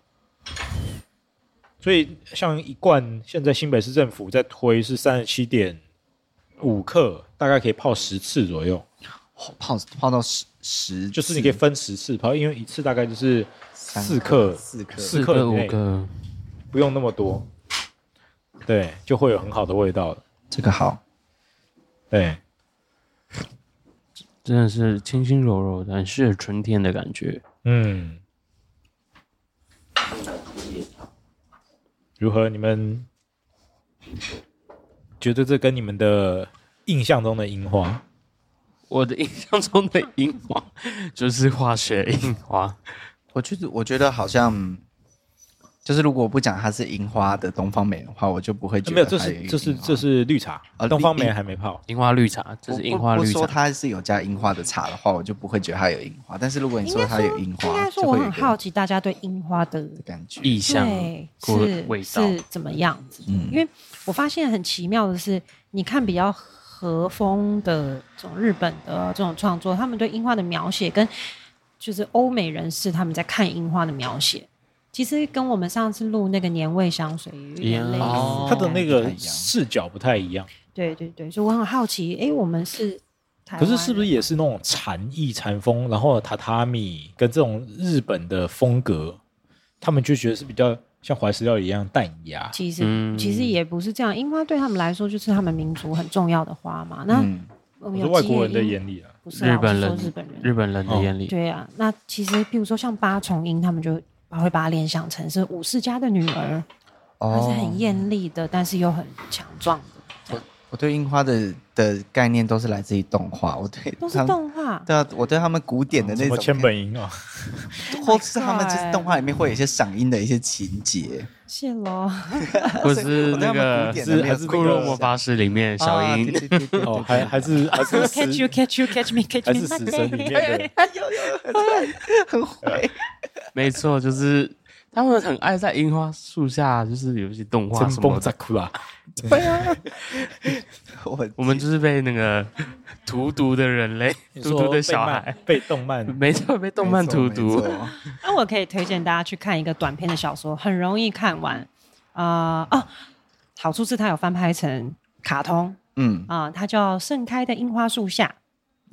Speaker 2: 所以像一罐现在新北市政府在推是三十七点五克，大概可以泡十次左右。
Speaker 3: 泡泡到十十次，
Speaker 2: 就是你可以分十次泡，因为一次大概就是
Speaker 3: 三
Speaker 2: 四克、
Speaker 3: 四克
Speaker 2: 四
Speaker 4: 四
Speaker 2: 克
Speaker 4: 个
Speaker 2: 以
Speaker 4: 五
Speaker 2: 内
Speaker 4: 个，
Speaker 2: 不用那么多，对，就会有很好的味道了。
Speaker 3: 这个好。
Speaker 2: 对，
Speaker 4: 真的是轻轻柔柔的，很适合春天的感觉。
Speaker 2: 嗯，如何？你们觉得这跟你们的印象中的樱花？
Speaker 4: 我的印象中的樱花就是化学樱花，
Speaker 3: 我觉得，我觉得好像就是如果不讲它是樱花的东方美的话，我就不会觉得
Speaker 2: 没有，这
Speaker 3: 它有
Speaker 2: 是
Speaker 3: 樱
Speaker 2: 这是
Speaker 3: 花
Speaker 2: 这是绿茶，
Speaker 3: 啊
Speaker 2: 东方
Speaker 3: 绿
Speaker 2: 梅还没泡。
Speaker 4: 樱花绿茶，这
Speaker 3: 我
Speaker 4: 是
Speaker 3: 不
Speaker 4: 樱花
Speaker 3: 不
Speaker 4: 绿
Speaker 3: 说
Speaker 4: 茶。
Speaker 3: 它是有加樱花的茶的话，我就不会觉得它有樱花。但是如果你
Speaker 5: 应
Speaker 3: 说
Speaker 5: 该
Speaker 3: 它有樱花，
Speaker 5: 应该说
Speaker 3: 就
Speaker 5: 我
Speaker 3: 会有
Speaker 5: 很
Speaker 3: 一个
Speaker 5: 好奇大家对樱花的
Speaker 3: 感觉。
Speaker 4: 意象
Speaker 5: 对
Speaker 4: 或
Speaker 5: 是
Speaker 4: 味道，
Speaker 5: 是怎么样子？
Speaker 3: 嗯
Speaker 5: 因为我发现很奇妙的是，你看比较和风的这种日本的这种创作，他们对樱花的描写跟就是欧美人士他们在看樱花的描写，其实跟我们上次录那个年味香水有一点类似。
Speaker 4: 哦
Speaker 2: 它的那
Speaker 3: 不太
Speaker 2: 个
Speaker 3: 一样
Speaker 2: 视角不太一样，
Speaker 5: 对对对，所以我很好奇，哎，我们是台
Speaker 2: 可
Speaker 5: 湾
Speaker 2: 是是不是
Speaker 5: 人啊
Speaker 2: 也是那种禅意禅风，然后榻榻米跟这种日本的风格，他们就觉得是比较像怀石料理一样淡雅。
Speaker 5: 其实、
Speaker 4: 嗯
Speaker 5: 其实也不是这样，樱花对他们来说就是他们民族很重要的花嘛。那
Speaker 3: 嗯，
Speaker 5: 我
Speaker 2: 我
Speaker 5: 们
Speaker 2: 是
Speaker 5: 有
Speaker 2: 外
Speaker 5: 机
Speaker 2: 国
Speaker 5: 会
Speaker 2: 人的
Speaker 5: 樱
Speaker 2: 眼里啊，
Speaker 5: 不是啦
Speaker 4: 日本
Speaker 5: 我
Speaker 4: 人
Speaker 5: 是说日本人，
Speaker 4: 日本人
Speaker 3: 哦
Speaker 4: 的眼里，
Speaker 5: 对啊，那其实譬如说像八重樱，他们就会把它联想成是武士家的女儿，她、是很艳丽的，但是又很强壮的，
Speaker 3: 哦我对樱花的的概念都是来自于动画，我对
Speaker 5: 都是
Speaker 3: 他们
Speaker 5: 动画。
Speaker 3: 对啊，我对他们古典的那
Speaker 2: 什么
Speaker 3: 种
Speaker 2: 千本樱啊，
Speaker 3: 或是他们就是
Speaker 5: God
Speaker 3: 动画里面会有一些赏樱的一些情节，
Speaker 5: 谢喽，
Speaker 4: 或是那个
Speaker 3: 我对他们古典的没
Speaker 4: 是还
Speaker 3: 有
Speaker 4: 是《
Speaker 3: 那个
Speaker 4: 库洛魔法使》里面小
Speaker 3: 啊
Speaker 4: 樱
Speaker 3: 对，对对对对
Speaker 2: 哦，还还是还 是
Speaker 5: catch you,
Speaker 2: 死
Speaker 5: catch you, catch me, catch
Speaker 2: 还
Speaker 5: me,
Speaker 2: 是
Speaker 5: my
Speaker 2: 死神里
Speaker 5: baby
Speaker 2: 面的，
Speaker 3: 很会。
Speaker 4: 没错，就是他们很爱在樱花树下，就是有一些动画
Speaker 2: 真
Speaker 4: 什么
Speaker 2: 蹦
Speaker 4: 的
Speaker 2: 扎。啊库拉，
Speaker 3: 我
Speaker 4: 我们就是被那个 荼毒的人类，荼毒的小孩，
Speaker 2: 被动漫
Speaker 4: 没错，被动漫荼毒。，
Speaker 5: 那我可以推荐大家去看一个短篇的小说，很容易看完。啊、哦，好处是它有翻拍成卡通
Speaker 3: 嗯，
Speaker 5: 啊、它叫《盛开的樱花树下》，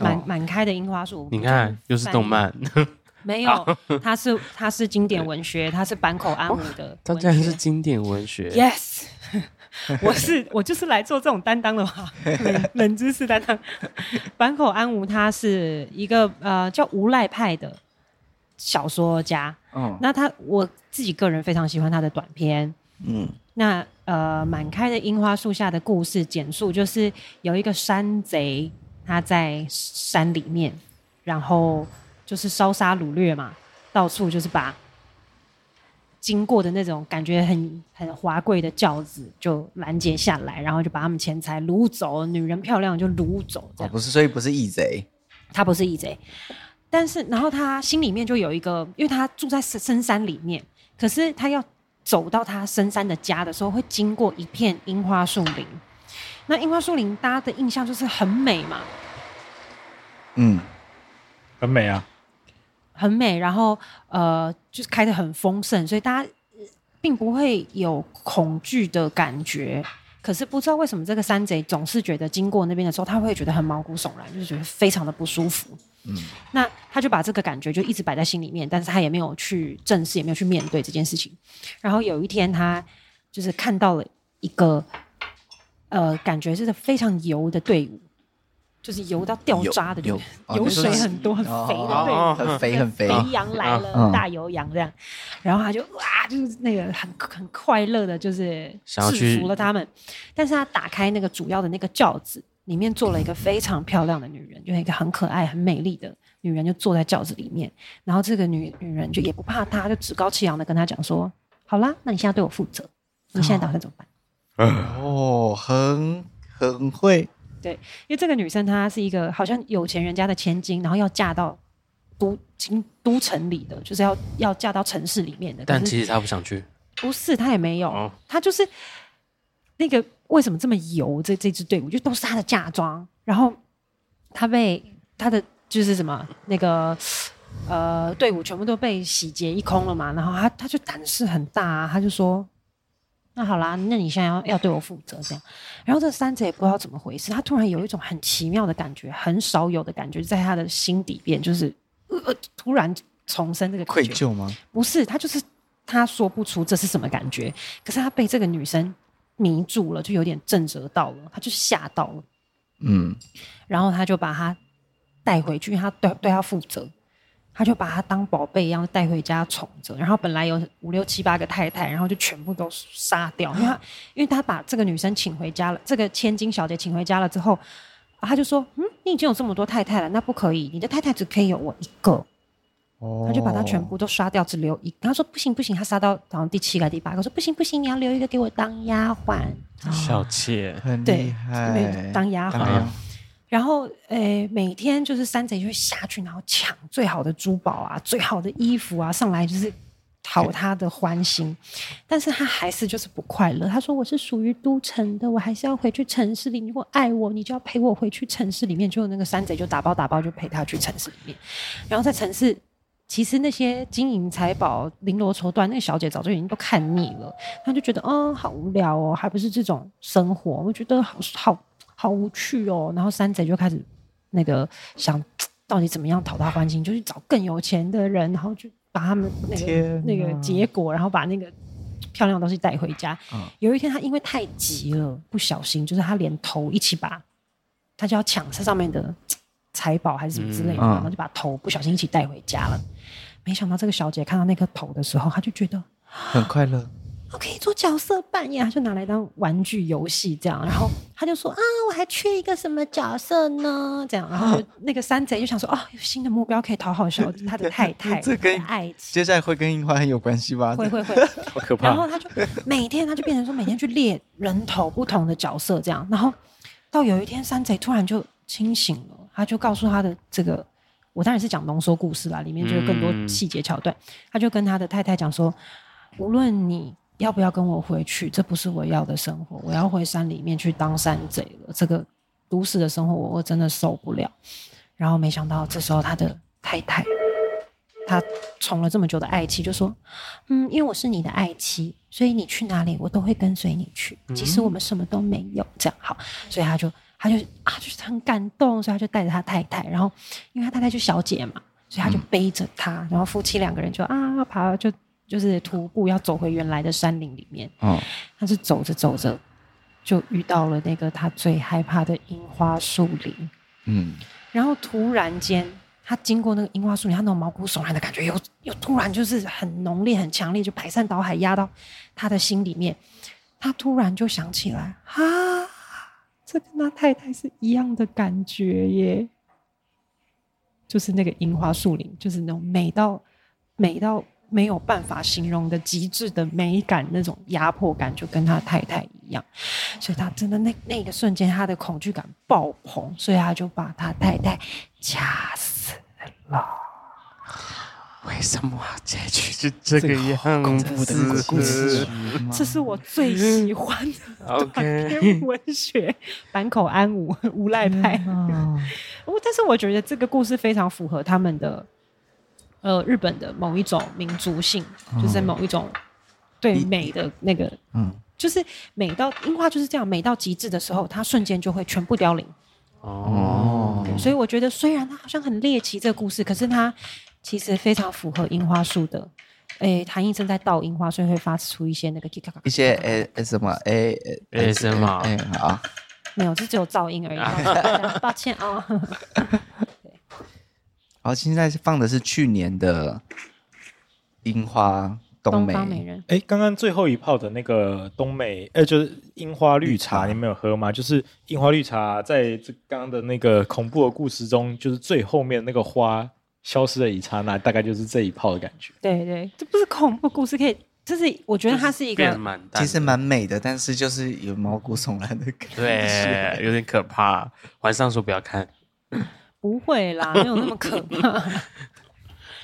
Speaker 5: 满
Speaker 3: 哦
Speaker 5: 满、开的樱花树。
Speaker 4: 你看，又是动漫，
Speaker 5: 没有，它是它是经典文学，它是坂口安吾的
Speaker 4: 哦它
Speaker 5: 文
Speaker 4: 竟然是
Speaker 5: 学。
Speaker 4: 经典文学。
Speaker 5: Yes，我是我就是来做这种担当 的话，冷冷知识担当。坂口安吾他是一个呃叫无赖派的小说家，
Speaker 3: 哦，
Speaker 5: 那他我自己个人非常喜欢他的短篇，
Speaker 3: 嗯，
Speaker 5: 那呃，满开的樱花树下的故事简述就是有一个山贼，他在山里面，然后就是烧杀掳掠嘛，到处就是把经过的那种感觉很很华贵的轿子就拦截下来，然后就把他们钱财掳走，女人漂亮就掳走，这
Speaker 3: 哦
Speaker 5: 样。
Speaker 3: 不是，所以不是义贼，
Speaker 5: 他不是义贼，但是然后他心里面就有一个，因为他住在深深山里面，可是他要走到他深山的家的时候，会经过一片樱花树林。那樱花树林，大家的印象就是很美嘛，
Speaker 3: 嗯，
Speaker 2: 很美啊，
Speaker 5: 很美，然后呃，就是开得很丰盛，所以大家呃并不会有恐惧的感觉。可是不知道为什么这个山贼总是觉得经过那边的时候，他会觉得很毛骨悚然，就是觉得非常的不舒服。
Speaker 3: 嗯，
Speaker 5: 那他就把这个感觉就一直摆在心里面，但是他也没有去正视，也没有去面对这件事情。然后有一天，他就是看到了一个呃，感觉是非常油的队伍，就是油到掉渣的，
Speaker 3: 有啊
Speaker 5: 油水很多、很肥的队伍。
Speaker 4: 哦
Speaker 3: 很肥很肥，
Speaker 5: 肥羊来了，
Speaker 3: 嗯
Speaker 5: 大油羊这样，然后他就哇，就是那个很很快乐的，就是
Speaker 4: 想要去
Speaker 5: 制服了他们。但是他打开那个主要的那个轿子，里面坐了一个非常漂亮的女人，就是一个很可爱、很美丽的女人，就坐在轿子里面。然后这个女女人就也不怕他，就趾高气扬的跟他讲说：“好啦，那你现在对我负责，你现在打算怎么办？”
Speaker 3: 哦，很很会，
Speaker 5: 因为这个女生她是一个好像有钱人家的千金，然后要嫁到都京都城里的，就是要要嫁到城市里面的。
Speaker 4: 但
Speaker 5: 可是
Speaker 4: 其实他不想去，
Speaker 5: 不是，他也没有，
Speaker 4: 哦
Speaker 5: 他就是那个为什么这么油？这这支队伍就都是他的嫁妆，然后他被他的就是什么那个呃队伍全部都被洗劫一空了嘛，然后他他就胆识很大、啊，他就说。那好啦，那你现在要要对我负责这样，然后这三者也不知道怎么回事，他突然有一种很奇妙的感觉，很少有的感觉，在他的心底边，就是呃突然重生这个感
Speaker 3: 愧
Speaker 5: 觉
Speaker 3: 疚吗？
Speaker 5: 不是，他就是他说不出这是什么感觉，可是他被这个女生迷住了，就有点震慑到了，他就吓到了，
Speaker 3: 嗯，
Speaker 5: 然后他就把它带回去，他对对他负责，他就把它当宝贝一样带回家宠着。然后本来有五六七八个太太，然后就全部都杀掉，因为他因为他把这个女生请回家了，这个千金小姐请回家了之后，他就说：“嗯，你已经有这么多太太了，那不可以，你的太太只可以有我一个。”
Speaker 3: 哦
Speaker 5: 他就把他全部都杀掉，只留一个。他说不行不行，他杀到好像第七个还是第八个，说不行不行，你要留一个给我当丫鬟，
Speaker 4: 小妾，
Speaker 3: 很厉
Speaker 5: 对
Speaker 3: 哦害，，
Speaker 5: 当丫
Speaker 3: 当
Speaker 5: 鬟。
Speaker 3: 然
Speaker 5: 然后，诶，每天就是山贼就会下去，然后抢最好的珠宝啊、最好的衣服啊，上来就是讨他的欢心。但是他还是就是不快乐。他说：“我是属于都城的，我还是要回去城市里。你如果爱我，你就要陪我回去城市里面。”就那个山贼就打包打包就陪他去城市里面，然后在城市。其实那些金银财宝、绫罗绸缎，那个小姐早就已经都看腻了，她就觉得，哦，好无聊哦，还不是这种生活，我觉得哦好好好无趣哦。然后山贼就开始那个想，到底怎么样讨她欢心，就去找更有钱的人，然后就把他们那个
Speaker 3: 天
Speaker 5: 那个
Speaker 3: 哪
Speaker 5: 结果，然后把那个漂亮的东西带回家。有一天，他因为太急了，不小心就是他连头一起把，他就要抢它上面的财宝还是什么之类的，
Speaker 3: 嗯
Speaker 5: 然后就把头不小心一起带回家了。没想到这个小姐看到那颗头的时候，她就觉得
Speaker 3: 很快乐，
Speaker 5: 我可以做角色扮演，他啊就拿来当玩具游戏这样。然后他就说啊，我还缺一个什么角色呢？这样，然后就那个山贼就想说，哦，有新的目标可以讨 好小他的太太，
Speaker 3: 这跟
Speaker 5: 他的爱情，
Speaker 3: 接下来会跟樱花很有关系吧？
Speaker 5: 会会会。
Speaker 2: 好可怕
Speaker 5: 然后他就每天他就变成说每天去猎人头不同的角色这样，然后到有一天山贼突然就清醒了，他就告诉他的这个，我当然是讲浓缩故事啦，里面就有更多
Speaker 4: 嗯
Speaker 5: 细节桥段，他就跟他的太太讲说，无论你。要不要跟我回去？这不是我要的生活。我要回山里面去当山贼了。这个都市的生活我，我真的受不了。然后没想到这时候他的太太，他宠了这么久的爱妻，就说：“嗯，因为我是你的爱妻，所以你去哪里我都会跟随你去，即使我们什么都没有。”这样好，所以他就他就啊，就是很感动，所以他就带着他太太，然后因为他太太是小姐嘛，所以他就背着她，然后夫妻两个人就啊爬就就是徒步要走回原来的山林里面。
Speaker 3: 哦，
Speaker 5: 他是走着走着就遇到了那个他最害怕的樱花树林。
Speaker 3: 嗯，
Speaker 5: 然后突然间，他经过那个樱花树林，他那种毛骨悚然的感觉又又突然就是很浓烈、很强烈，就排山倒海压到他的心里面。他突然就想起来，啊，这跟他太太是一样的感觉耶，就是那个樱花树林，就是那种美到美到没有办法形容的极致的美感，那种压迫感，就跟他太太一样。所以他真的那那个瞬间，他的恐惧感爆棚，所以他就把他太太掐死。
Speaker 4: 为什么结局是这个样子？
Speaker 3: 恐怖的鬼故事集吗，
Speaker 5: 这是我最喜欢的
Speaker 4: OK
Speaker 5: 短 篇文学，坂口安吾无赖派。
Speaker 3: 哦
Speaker 5: 我但是我觉得这个故事非常符合他们的，呃，日本的某一种民族性，就是某一种对美的那个，
Speaker 3: 嗯，
Speaker 5: 就是美到樱花就是这样，美到极致的时候，它瞬间就会全部凋零。
Speaker 4: 哦，
Speaker 5: 所以我觉得，虽然他好像很猎奇这个故事，可是他其实非常符合樱花树的。诶，谭医生在倒樱花，所以会发出一些那个咔咔咔
Speaker 3: 一些 A A 什么 A A-
Speaker 4: ASMR
Speaker 3: 哎好，
Speaker 5: 没有，这只有噪音而已。 抱歉啊、哦，
Speaker 3: 好，现在放的是去年的樱花冬
Speaker 5: 东
Speaker 3: 梅，
Speaker 5: 方美人，
Speaker 2: 哎，刚刚最后一泡的那个东美，呃，就是樱花绿茶，你们有喝吗？就是樱花绿茶，在这刚刚的那个恐怖的故事中，就是最后面那个花消失的一刹那，大概就是这一泡的感觉。
Speaker 5: 对对，这不是恐怖故事，可以，这是我觉得它是一
Speaker 4: 变
Speaker 5: 个
Speaker 4: 蛮淡的，
Speaker 3: 其实蛮美的，但是就是有毛骨悚然的 感觉。
Speaker 4: 对，有点可怕。晚上说不要看，
Speaker 5: 不会啦，没有那么可怕。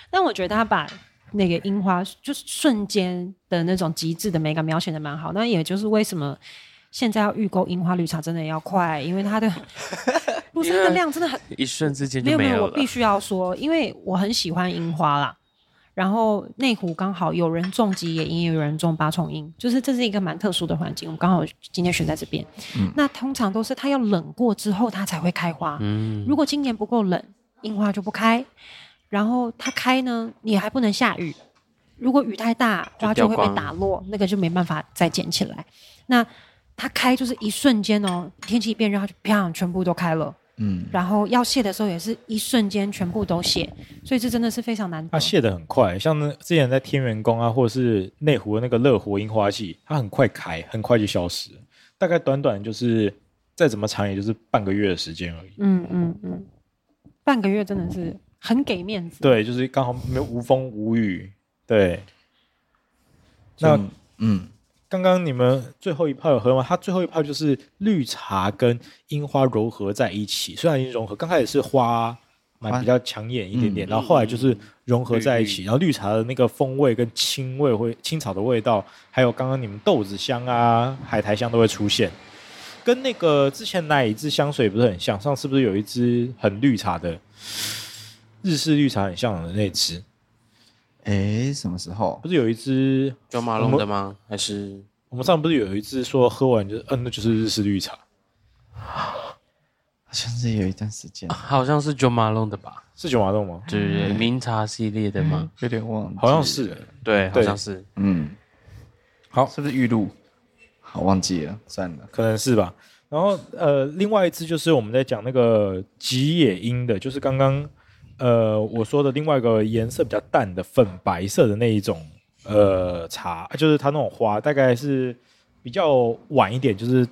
Speaker 5: 但我觉得他把那个樱花就是瞬间的那种极致的美感描写的蛮好，那也就是为什么现在要预购樱花绿茶真的要快，因为它的入山的量真的很
Speaker 4: 一瞬之间
Speaker 5: 没
Speaker 4: 就
Speaker 5: 有没有，
Speaker 4: 有
Speaker 5: 我
Speaker 4: 了
Speaker 5: 必。须要说，因为我很喜欢樱花啦。然后内湖刚好有人种吉野樱，也有人种八重樱，就是这是一个蛮特殊的环境。我们刚好今天选在这边，那通常都是它要冷过之后它才会开花。
Speaker 4: 嗯，
Speaker 5: 如果今年不够冷，樱花就不开。然后它开呢，你还不能下雨，如果雨太大，
Speaker 4: 就
Speaker 5: 花
Speaker 4: 掉
Speaker 5: 就会被
Speaker 4: 光
Speaker 5: 打落，那个就没办法再捡起来。那它开就是一瞬间哦，天气一变热，它就啪，全部都开了。
Speaker 3: 嗯，
Speaker 5: 然后要卸的时候也是一瞬间全部都卸，所以这真的是非常难得。
Speaker 2: 它啊卸的很快，像那之前在天元宫啊，或者是内湖的那个乐活樱花季，它很快开，很快就消失了，大概短短就是再怎么长，也就是半个月的时间而已。
Speaker 5: 嗯嗯嗯，半个月真的是很给面子。
Speaker 2: 对，就是刚好没有无风无雨。对，那
Speaker 3: 那嗯，
Speaker 2: 刚刚你们最后一泡有喝吗？它最后一泡就是绿茶跟樱花柔合在一起，虽然已经融合，刚开始是花蛮
Speaker 3: 花
Speaker 2: 比较抢眼一点点，
Speaker 3: 嗯
Speaker 2: 然后后来就是融合在一起，然后绿茶的那个风味跟青味会青草的味道，还有刚刚你们豆子香啊、海苔香都会出现，跟那个之前哪一支香水不是很像？上次不是有一支很绿茶的日式绿茶很像的那支，
Speaker 3: 哎，什么时候
Speaker 2: 不？是有一支
Speaker 4: 九马龙的吗？还是
Speaker 2: 我们上次不是有一次说喝完就是，嗯、那就是日式绿茶，
Speaker 3: 好像是有一段时间，
Speaker 4: 好像是九马龙的吧？
Speaker 2: 是九马豆吗？
Speaker 4: 对对对，明茶系列的吗？
Speaker 3: 有点忘记，
Speaker 2: 好像，是。
Speaker 4: 对，好
Speaker 2: 对
Speaker 4: 像是。
Speaker 3: 嗯，
Speaker 2: 好
Speaker 3: 是不是玉露？好，忘记了，算了，
Speaker 2: 可能是吧。然后呃，另外一支就是我们在讲那个吉野樱的，就是刚刚呃我说的另外一个颜色比较淡的粉白色的那一种呃茶，就是它那种花，大概是比较晚一点，就是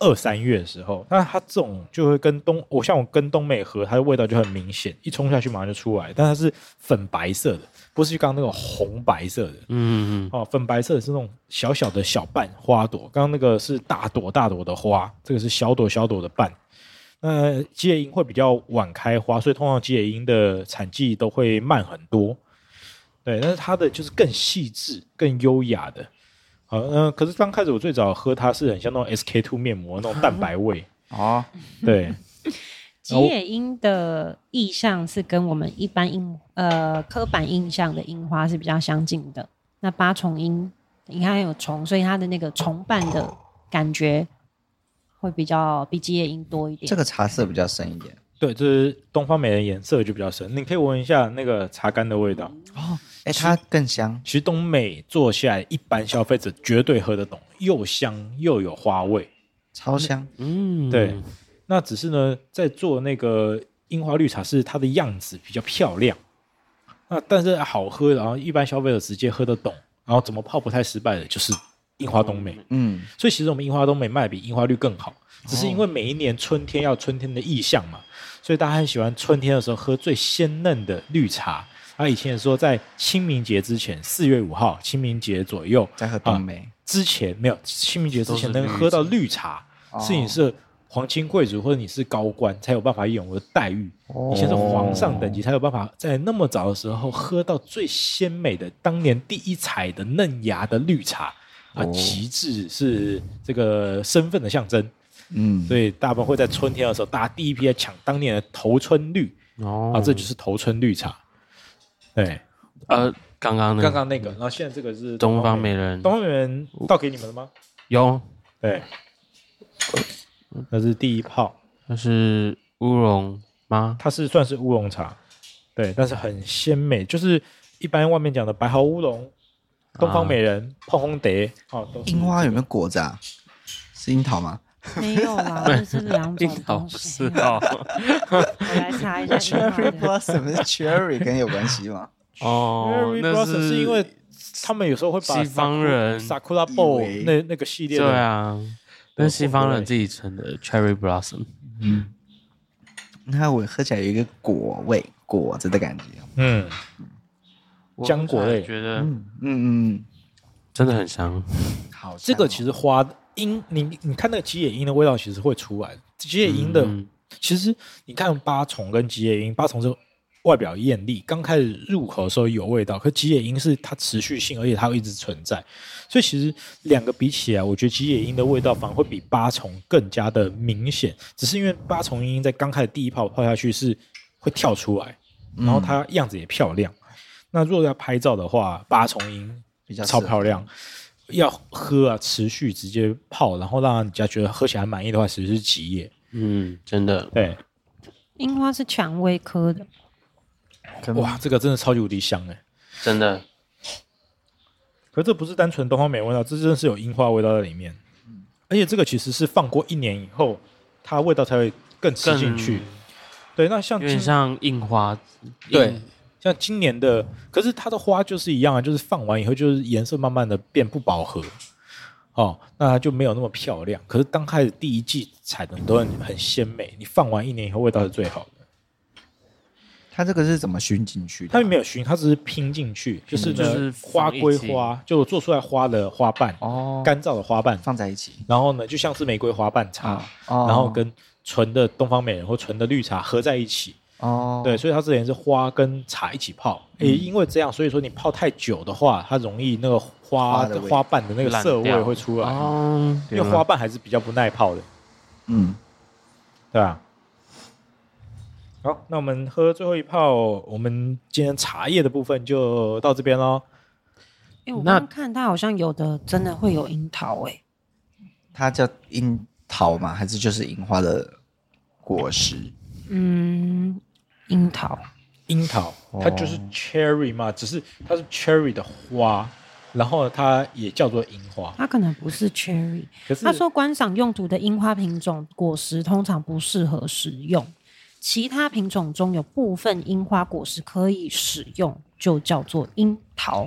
Speaker 2: 二三月的时候。那它这种就会跟东，我像我跟东美和它的味道就很明显，一冲下去马上就出来，但它是粉白色的，不是刚刚那种红白色的。
Speaker 4: 嗯嗯
Speaker 2: 哦，粉白色的是那种小小的小瓣花朵，刚刚那个是大朵大朵的花，这个是小朵小朵的瓣。那吉野樱会比较晚开花，所以通常吉野樱的产季都会慢很多。对，但是它的就是更细致、更优雅的。好，嗯、可是刚开始我最早喝它是很像那种 SK two 面膜那种蛋白味，
Speaker 3: 哦，
Speaker 2: 对，
Speaker 4: 哦
Speaker 5: 吉野樱的意象是跟我们一般樱呃刻板印象的樱花是比较相近的。那八重樱，你看它有虫，所以它的那个虫伴的感觉会比较比吉野樱多一点。
Speaker 3: 这个茶色比较深一点，
Speaker 2: 对，这是东方美人颜色就比较深。你可以闻一下那个茶干的味道。
Speaker 3: 哎，它更香，
Speaker 2: 其实东美做下来，一般消费者绝对喝得懂，又香又有花味。
Speaker 3: 超香，
Speaker 4: 嗯，
Speaker 2: 对，那只是呢，在做那个樱花绿茶是它的样子比较漂亮，那但是好喝，然后一般消费者直接喝得懂，然后怎么泡不太失败的，就是樱花东美。
Speaker 3: 嗯，
Speaker 2: 所以其实我们樱花东美卖得比樱花绿更好，只是因为每一年春天要有春天的意象嘛，所以大家很喜欢春天的时候喝最鲜嫩的绿茶。啊，以前也说在清明节之前，四月五号清明节左右
Speaker 3: 在喝
Speaker 2: 啊
Speaker 3: 东梅，
Speaker 2: 之前没有清明节之前
Speaker 4: 都
Speaker 2: 能
Speaker 4: 是绿
Speaker 2: 喝到绿茶，
Speaker 3: 哦
Speaker 2: 是你是皇亲贵族或者你是高官才有办法拥有的待遇。
Speaker 4: 哦
Speaker 2: 以前是皇上等级才有办法在那么早的时候喝到最鲜美的当年第一采的嫩芽的绿茶
Speaker 4: 哦
Speaker 2: 啊，旗帜是这个身份的象征，
Speaker 3: 嗯，
Speaker 2: 所以大部分会在春天的时候，大家第一批来抢当年的头春绿
Speaker 4: 哦
Speaker 2: 啊，这就是头春绿茶。对，
Speaker 4: 呃，刚刚呢？
Speaker 2: 刚刚那个，然后现在这个是
Speaker 4: 东方美，人
Speaker 2: 东方美人倒给你们了吗？
Speaker 4: 有，
Speaker 2: 对，那是第一泡，
Speaker 4: 那是乌龙吗？
Speaker 2: 它是算是乌龙茶，对，但是很鲜美，就是一般外面讲的白毫乌龙、东
Speaker 4: 啊
Speaker 2: 方美人、泡烘蝶，哦，都是
Speaker 3: 樱花有没有果子啊？是樱桃吗？
Speaker 5: 没有 啦，这是两种
Speaker 4: 樱桃
Speaker 5: 东
Speaker 4: 不是
Speaker 5: 西。
Speaker 4: 哦，
Speaker 5: 我来查 一下
Speaker 3: Cherry
Speaker 5: 樱花的。
Speaker 3: blossom 是 cherry 跟有关系吗？
Speaker 4: 哦
Speaker 2: Cherry，
Speaker 4: 那
Speaker 2: Blossom 是因为他们有时候会把
Speaker 4: 西方人
Speaker 2: sakura
Speaker 3: 以
Speaker 2: bowl
Speaker 3: 为
Speaker 2: 那那个系列
Speaker 4: 对
Speaker 2: 的，
Speaker 4: 啊，那西方人自己称的 cherry blossom，
Speaker 2: 嗯
Speaker 3: 那我喝起来有一个果味，果子的感觉。
Speaker 2: 嗯，
Speaker 4: 我
Speaker 2: 浆果类
Speaker 4: 觉得
Speaker 3: 嗯嗯嗯
Speaker 4: 真的很香。
Speaker 3: 嗯，好香哦。
Speaker 2: 这个其实花樱，你你看那个吉野樱的味道其实会出来，吉野樱的
Speaker 4: 嗯
Speaker 2: 其实你看八重跟吉野樱，八重是外表艳丽，刚开始入口的时候有味道，可吉野樱是它持续性，而且它会一直存在。所以其实两个比起来，我觉得吉野樱的味道反而会比八重更加的明显，只是因为八重樱在刚开始第一泡泡下去是会跳出来，然后它样子也漂亮。那如果要拍照的话，八重樱
Speaker 3: 比较
Speaker 2: 超
Speaker 3: 适合
Speaker 2: 漂亮。要喝啊，持续直接泡，然后让人家觉得喝起来满意的话，其实是吉野。
Speaker 4: 嗯，真的，
Speaker 2: 对，
Speaker 5: 樱花是蔷薇科的，
Speaker 3: 跟
Speaker 2: 哇，这个真的超级无敌香哎！
Speaker 4: 真的，
Speaker 2: 啊可这不是单纯东方美味道，这真的是有樱花味道在里面。而且这个其实是放过一年以后，它味道才会更吃
Speaker 4: 更
Speaker 2: 进去。对，那像
Speaker 4: 有
Speaker 2: 今
Speaker 4: 点像印花，
Speaker 2: 对
Speaker 4: 印，
Speaker 2: 像今年的，可是它的花就是一样啊，就是放完以后就是颜色慢慢的变不饱和，哦，那它就没有那么漂亮。可是刚开始第一季采的都很很鲜美，你放完一年以后味道是最好的。
Speaker 3: 它这个是怎么熏进去的？
Speaker 2: 它没有熏，它只是拼进去，就是呢
Speaker 4: 就是
Speaker 2: 花
Speaker 4: 放一
Speaker 2: 归
Speaker 4: 起
Speaker 2: 花，就我做出来花的花瓣，
Speaker 3: 哦，
Speaker 2: 干燥的花瓣，
Speaker 3: 放在一起
Speaker 2: 然后呢就像是玫瑰花瓣茶，
Speaker 3: 哦
Speaker 2: 然后跟纯的东方美人或纯的绿茶合在一起。
Speaker 3: 哦，
Speaker 2: 对，，所以它之前是花跟茶一起泡，也、因为这样，所以说你泡太久的话，它容易那个花
Speaker 3: 花的味
Speaker 2: 花瓣的那个
Speaker 4: 烂
Speaker 2: 涩味
Speaker 4: 掉
Speaker 2: 会出来，
Speaker 4: 哦，
Speaker 2: 因为花瓣还是比较不耐泡的，
Speaker 3: 嗯，
Speaker 2: 对吧？好，那我们喝最后一泡，我们今天茶叶的部分就到这边喽。
Speaker 5: 哎、我
Speaker 4: 那
Speaker 5: 刚刚看它好像有的真的会有樱桃哎、
Speaker 3: 它叫樱桃嘛，还是就是樱花的果实？
Speaker 5: 嗯，樱桃
Speaker 2: 樱桃，它就是 cherry 嘛，只是它是 cherry 的花，然后它也叫做樱花。
Speaker 5: 它可能不是 cherry，
Speaker 2: 可是
Speaker 5: 他说观赏用途的樱花品种果实通常不适合食用，其他品种中有部分樱花果实可以使用，就叫做樱桃。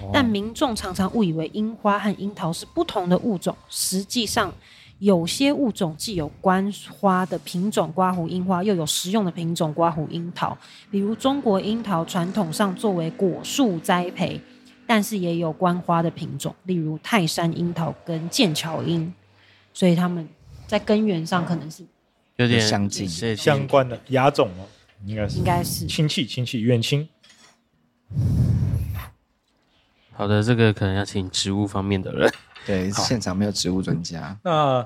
Speaker 2: 哦
Speaker 5: 但民众常常误以为樱花和樱桃是不同的物种，实际上有些物种既有观花的品种刮胡樱花，又有食用的品种刮胡樱桃。比如中国樱桃传统上作为果树栽培，但是也有观花的品种，例如泰山樱桃跟剑桥樱，所以他们在根源上可能是
Speaker 4: 有点
Speaker 3: 相近
Speaker 4: 是
Speaker 2: 相关的牙种哦，应该是
Speaker 5: 应该是
Speaker 2: 亲戚亲戚远亲。
Speaker 4: 好的，这个可能要请植物方面的人。
Speaker 3: 对，现场没有植物专家，
Speaker 2: 那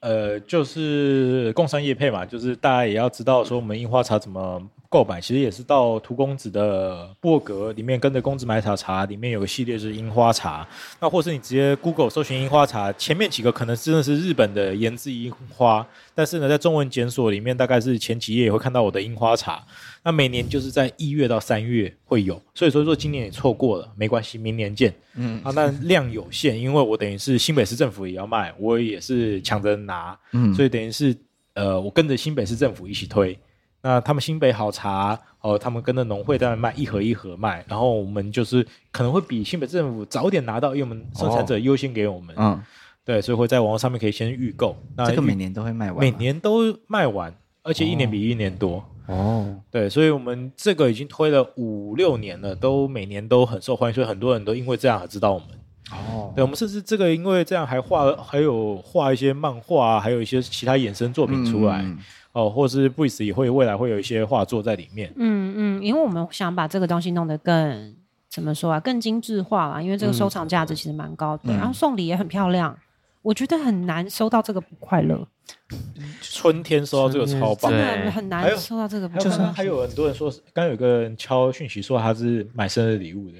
Speaker 2: 呃，就是工商业配嘛，就是大家也要知道说我们樱花茶怎么购买，其实也是到涂公子的博格里面跟着公子买茶茶，里面有个系列是樱花茶，那或是你直接 Google 搜寻樱花茶，前面几个可能真的是日本的研制樱花，但是呢，在中文检索里面大概是前几页也会看到我的樱花茶，那每年就是在一月到三月会有，所以说说今年也错过了，没关系，明年见。
Speaker 3: 嗯
Speaker 2: 啊，那量有限，因为我等于是新北市政府也要卖，我也是抢着拿，
Speaker 3: 嗯，
Speaker 2: 所
Speaker 3: 以
Speaker 2: 以等于是呃，我跟着新北市政府一起推。那他们新北好茶哦、他们跟着农会在那卖一盒一盒卖，然后我们就是可能会比新北市政府早点拿到，因为我们生产者优先给我们，
Speaker 3: 哦嗯，
Speaker 2: 对，所以会在网络上面可以先预购。那
Speaker 3: 这个
Speaker 2: 预
Speaker 3: 每年都会卖完吗，啊
Speaker 2: 每年都卖完，而且一年比一年多。
Speaker 3: 哦，
Speaker 2: 对，所以我们这个已经推了五六年了，都每年都很受欢迎，所以很多人都因为这样而知道我们。
Speaker 3: 哦，
Speaker 2: 对，我们甚至这个因为这样还画，还有画一些漫画啊，还有一些其他衍生作品出来、
Speaker 3: 嗯嗯
Speaker 2: 哦，或是 b r e e 也会未来会有一些画作在里面。
Speaker 5: 嗯嗯，因为我们想把这个东西弄得更怎么说啊，更精致化啦，因为这个收藏价值其实蛮高的，
Speaker 3: 嗯
Speaker 5: 然后送礼也很漂亮，我觉得很难收到这个不快乐，
Speaker 2: 春天收到这个超棒
Speaker 5: 真
Speaker 2: 的，
Speaker 4: 春天
Speaker 5: 的很
Speaker 2: 还
Speaker 5: 难
Speaker 2: 有
Speaker 5: 收到这个不
Speaker 2: 还有
Speaker 5: 快乐
Speaker 2: 刚。还有很多人说，刚有个人敲讯息说他是买生日礼物的，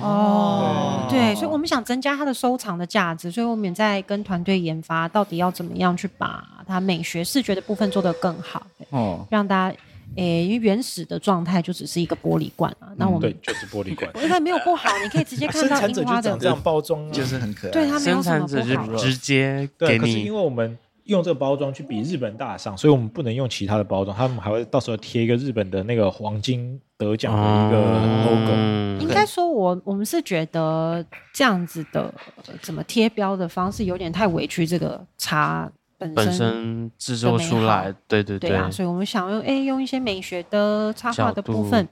Speaker 5: 哦，对，所以我们想增加它的收藏的价值，所以我们也在跟团队研发到底要怎么样去把它美学视觉的部分做得更好，对
Speaker 3: 哦，
Speaker 5: 让大家。诶，因为原始的状态就只是一个玻璃罐啊，那我
Speaker 2: 嗯对
Speaker 5: 们，。
Speaker 2: 就是玻璃罐啊
Speaker 5: 我应该没有不好，你可以直接
Speaker 2: 生
Speaker 5: 看到
Speaker 2: 产者
Speaker 5: 樱
Speaker 2: 就
Speaker 5: 花的
Speaker 2: 长这样包装、啊，
Speaker 3: 就是很可爱，
Speaker 5: 对它没
Speaker 4: 生
Speaker 5: 有什
Speaker 4: 产
Speaker 5: 么
Speaker 4: 者
Speaker 5: 不好
Speaker 4: 就。直接
Speaker 2: 对，啊
Speaker 4: 给
Speaker 2: 可是因
Speaker 4: 你
Speaker 2: 为我们用这个包装去比日本大赏，所以我们不能用其他的包装，他们还会到时候贴一个日本的那个黄金得奖的一个 logo。
Speaker 4: 嗯
Speaker 5: 应该说我，我们是觉得这样子的呃怎么贴标的方式有点太委屈这个茶本身。
Speaker 4: 本身制作出
Speaker 5: 的美
Speaker 2: 嗯
Speaker 4: 来，对对
Speaker 5: 对啊，所以我们想用哎、用一些美学的插画的部分
Speaker 4: 角，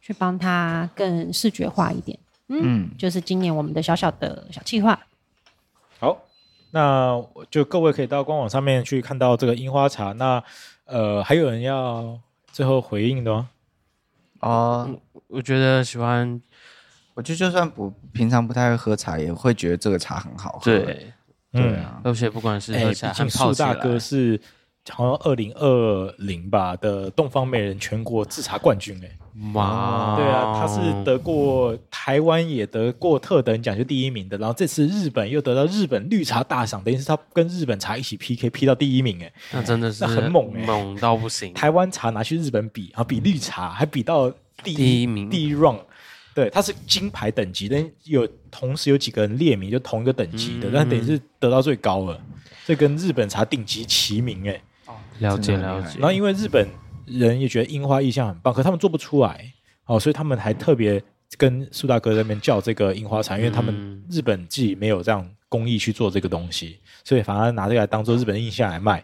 Speaker 5: 去帮它更视觉化一点。
Speaker 3: 嗯，
Speaker 5: 就是今年我们的小小的小计划。
Speaker 2: 好，那我就各位可以到官网上面去看到这个樱花茶。那呃，还有人要最后回应的吗？
Speaker 3: 哦，
Speaker 4: 我觉得喜欢
Speaker 3: 我觉得就算不平常不太会喝茶，也会觉得这个茶很好喝，
Speaker 4: 对，
Speaker 2: 嗯
Speaker 3: 对啊，
Speaker 4: 而且不管是
Speaker 2: 嗯，哎、
Speaker 4: 喝
Speaker 2: 毕
Speaker 4: 起来
Speaker 2: 竟
Speaker 4: 和泡
Speaker 2: 树
Speaker 4: 起
Speaker 2: 大
Speaker 4: 来，
Speaker 2: 哥是好像二零二零吧的东方美人全国制茶冠军哎、
Speaker 4: 哇，
Speaker 2: 对啊，他是得过台湾也得过特等奖，就第一名的。然后这次日本又得到日本绿茶大赏，等于是他跟日本茶一起 PK，P 到第一名哎。
Speaker 4: 那真的是
Speaker 2: 那很猛欸
Speaker 4: 猛到不行。
Speaker 2: 啊台湾茶拿去日本比，然后比绿茶还比到第
Speaker 4: 嗯第一名嗯
Speaker 2: 第一 round。对，它是金牌等级，但有同时有几个人列名，就同一个等级
Speaker 4: 嗯
Speaker 2: 的，但等于是得到最高了，这跟日本茶顶级齐名哎、
Speaker 4: 了解
Speaker 3: 真的很
Speaker 4: 了
Speaker 3: 厉害
Speaker 4: 解
Speaker 2: 然。后因为日本人也觉得樱花意象很棒，可他们做不出来哦，所以他们还特别跟苏大哥在那边叫这个樱花茶，因为他们
Speaker 4: 嗯
Speaker 2: 日本自己没有这样工艺去做这个东西，所以反而拿这个来当做日本的印象来卖。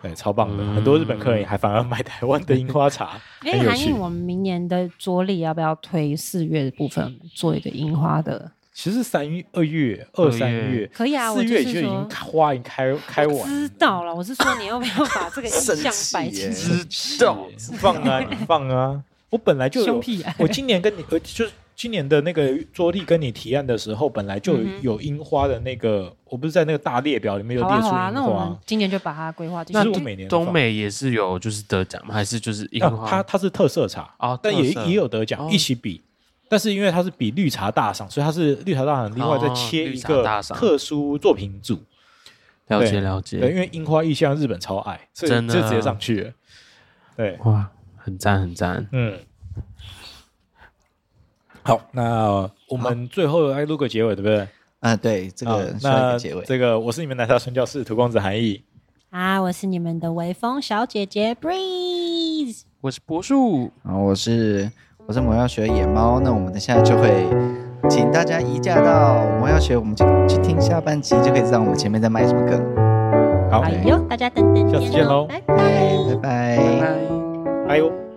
Speaker 2: 对，超棒的，
Speaker 4: 嗯
Speaker 2: 很多日本客人还反而买台湾的樱花 茶，
Speaker 5: 哎、
Speaker 2: 很有
Speaker 5: 韩
Speaker 2: 趣
Speaker 5: 印，。我们明年的桌历要不要推四月的部分做一个樱花的？
Speaker 2: 其实三月、二月、二三
Speaker 4: 二
Speaker 2: 月
Speaker 4: 月，
Speaker 5: 可以啊
Speaker 2: 四
Speaker 5: 我就
Speaker 2: 月
Speaker 5: 是
Speaker 2: 就已经
Speaker 5: 说
Speaker 2: 花已经开开完了，
Speaker 5: 知道了，我是说你要不要把 这个印
Speaker 3: 生
Speaker 5: 象
Speaker 3: 气
Speaker 5: 摆
Speaker 3: 耶
Speaker 5: 清楚？
Speaker 4: 知道
Speaker 2: 放啊，你放啊！我本来就
Speaker 5: 胸
Speaker 2: 有
Speaker 5: 屁 啊，
Speaker 2: 我今年跟你，呃，就是今年的那个桌历跟你提案的时候，本来就有
Speaker 5: 嗯哼
Speaker 2: 有樱花的那个，我不是在那个大列表里面有
Speaker 5: 好
Speaker 2: 列
Speaker 5: 啊
Speaker 2: 出
Speaker 5: 好
Speaker 2: 樱
Speaker 5: 啊，那我们
Speaker 2: 花，
Speaker 5: 今年就把它规划进
Speaker 2: 只
Speaker 5: 去。
Speaker 2: 是我每年
Speaker 4: 东
Speaker 2: 放
Speaker 4: 美也是有就是得奖吗？还是就是樱
Speaker 2: 啊
Speaker 4: 花？
Speaker 2: 它它是特色茶
Speaker 4: 哦
Speaker 2: 但也
Speaker 4: 特色
Speaker 2: 也有得奖，
Speaker 4: 哦
Speaker 2: 一起比。但是因为它是比绿茶大赏，所以它是绿茶大赏另外再
Speaker 4: 哦
Speaker 2: 切
Speaker 4: 绿
Speaker 2: 一
Speaker 4: 茶
Speaker 2: 个
Speaker 4: 大赏
Speaker 2: 特殊作品组。
Speaker 4: 了解
Speaker 2: 对
Speaker 4: 了
Speaker 2: 对，
Speaker 4: 解，
Speaker 2: 因为樱花意象日本超爱，所以
Speaker 4: 真
Speaker 2: 就
Speaker 4: 的啊
Speaker 2: 直接上去了。对，
Speaker 4: 哇，很赞很赞。
Speaker 2: 嗯。好，那我们最后哎来录个结尾，对不对？
Speaker 3: 啊，对，这
Speaker 2: 啊
Speaker 3: 个需要一
Speaker 2: 那
Speaker 3: 个结尾。
Speaker 2: 这个我是你们奶茶传教士涂公子韩毅，
Speaker 5: 啊，我是你们的微风小姐姐 Breeze，
Speaker 4: 我是柏树，
Speaker 3: 然后我是我是魔药学野猫，那我们等下就会请大家移驾到魔药学，我们就去听下半集，就可以知道我们前面在卖什么梗。
Speaker 2: 好，
Speaker 5: 哎呦，大家等等
Speaker 2: 下次见
Speaker 5: 见
Speaker 2: 喽
Speaker 5: 喽，拜拜。
Speaker 3: 拜拜
Speaker 4: 拜。
Speaker 2: 哎呦。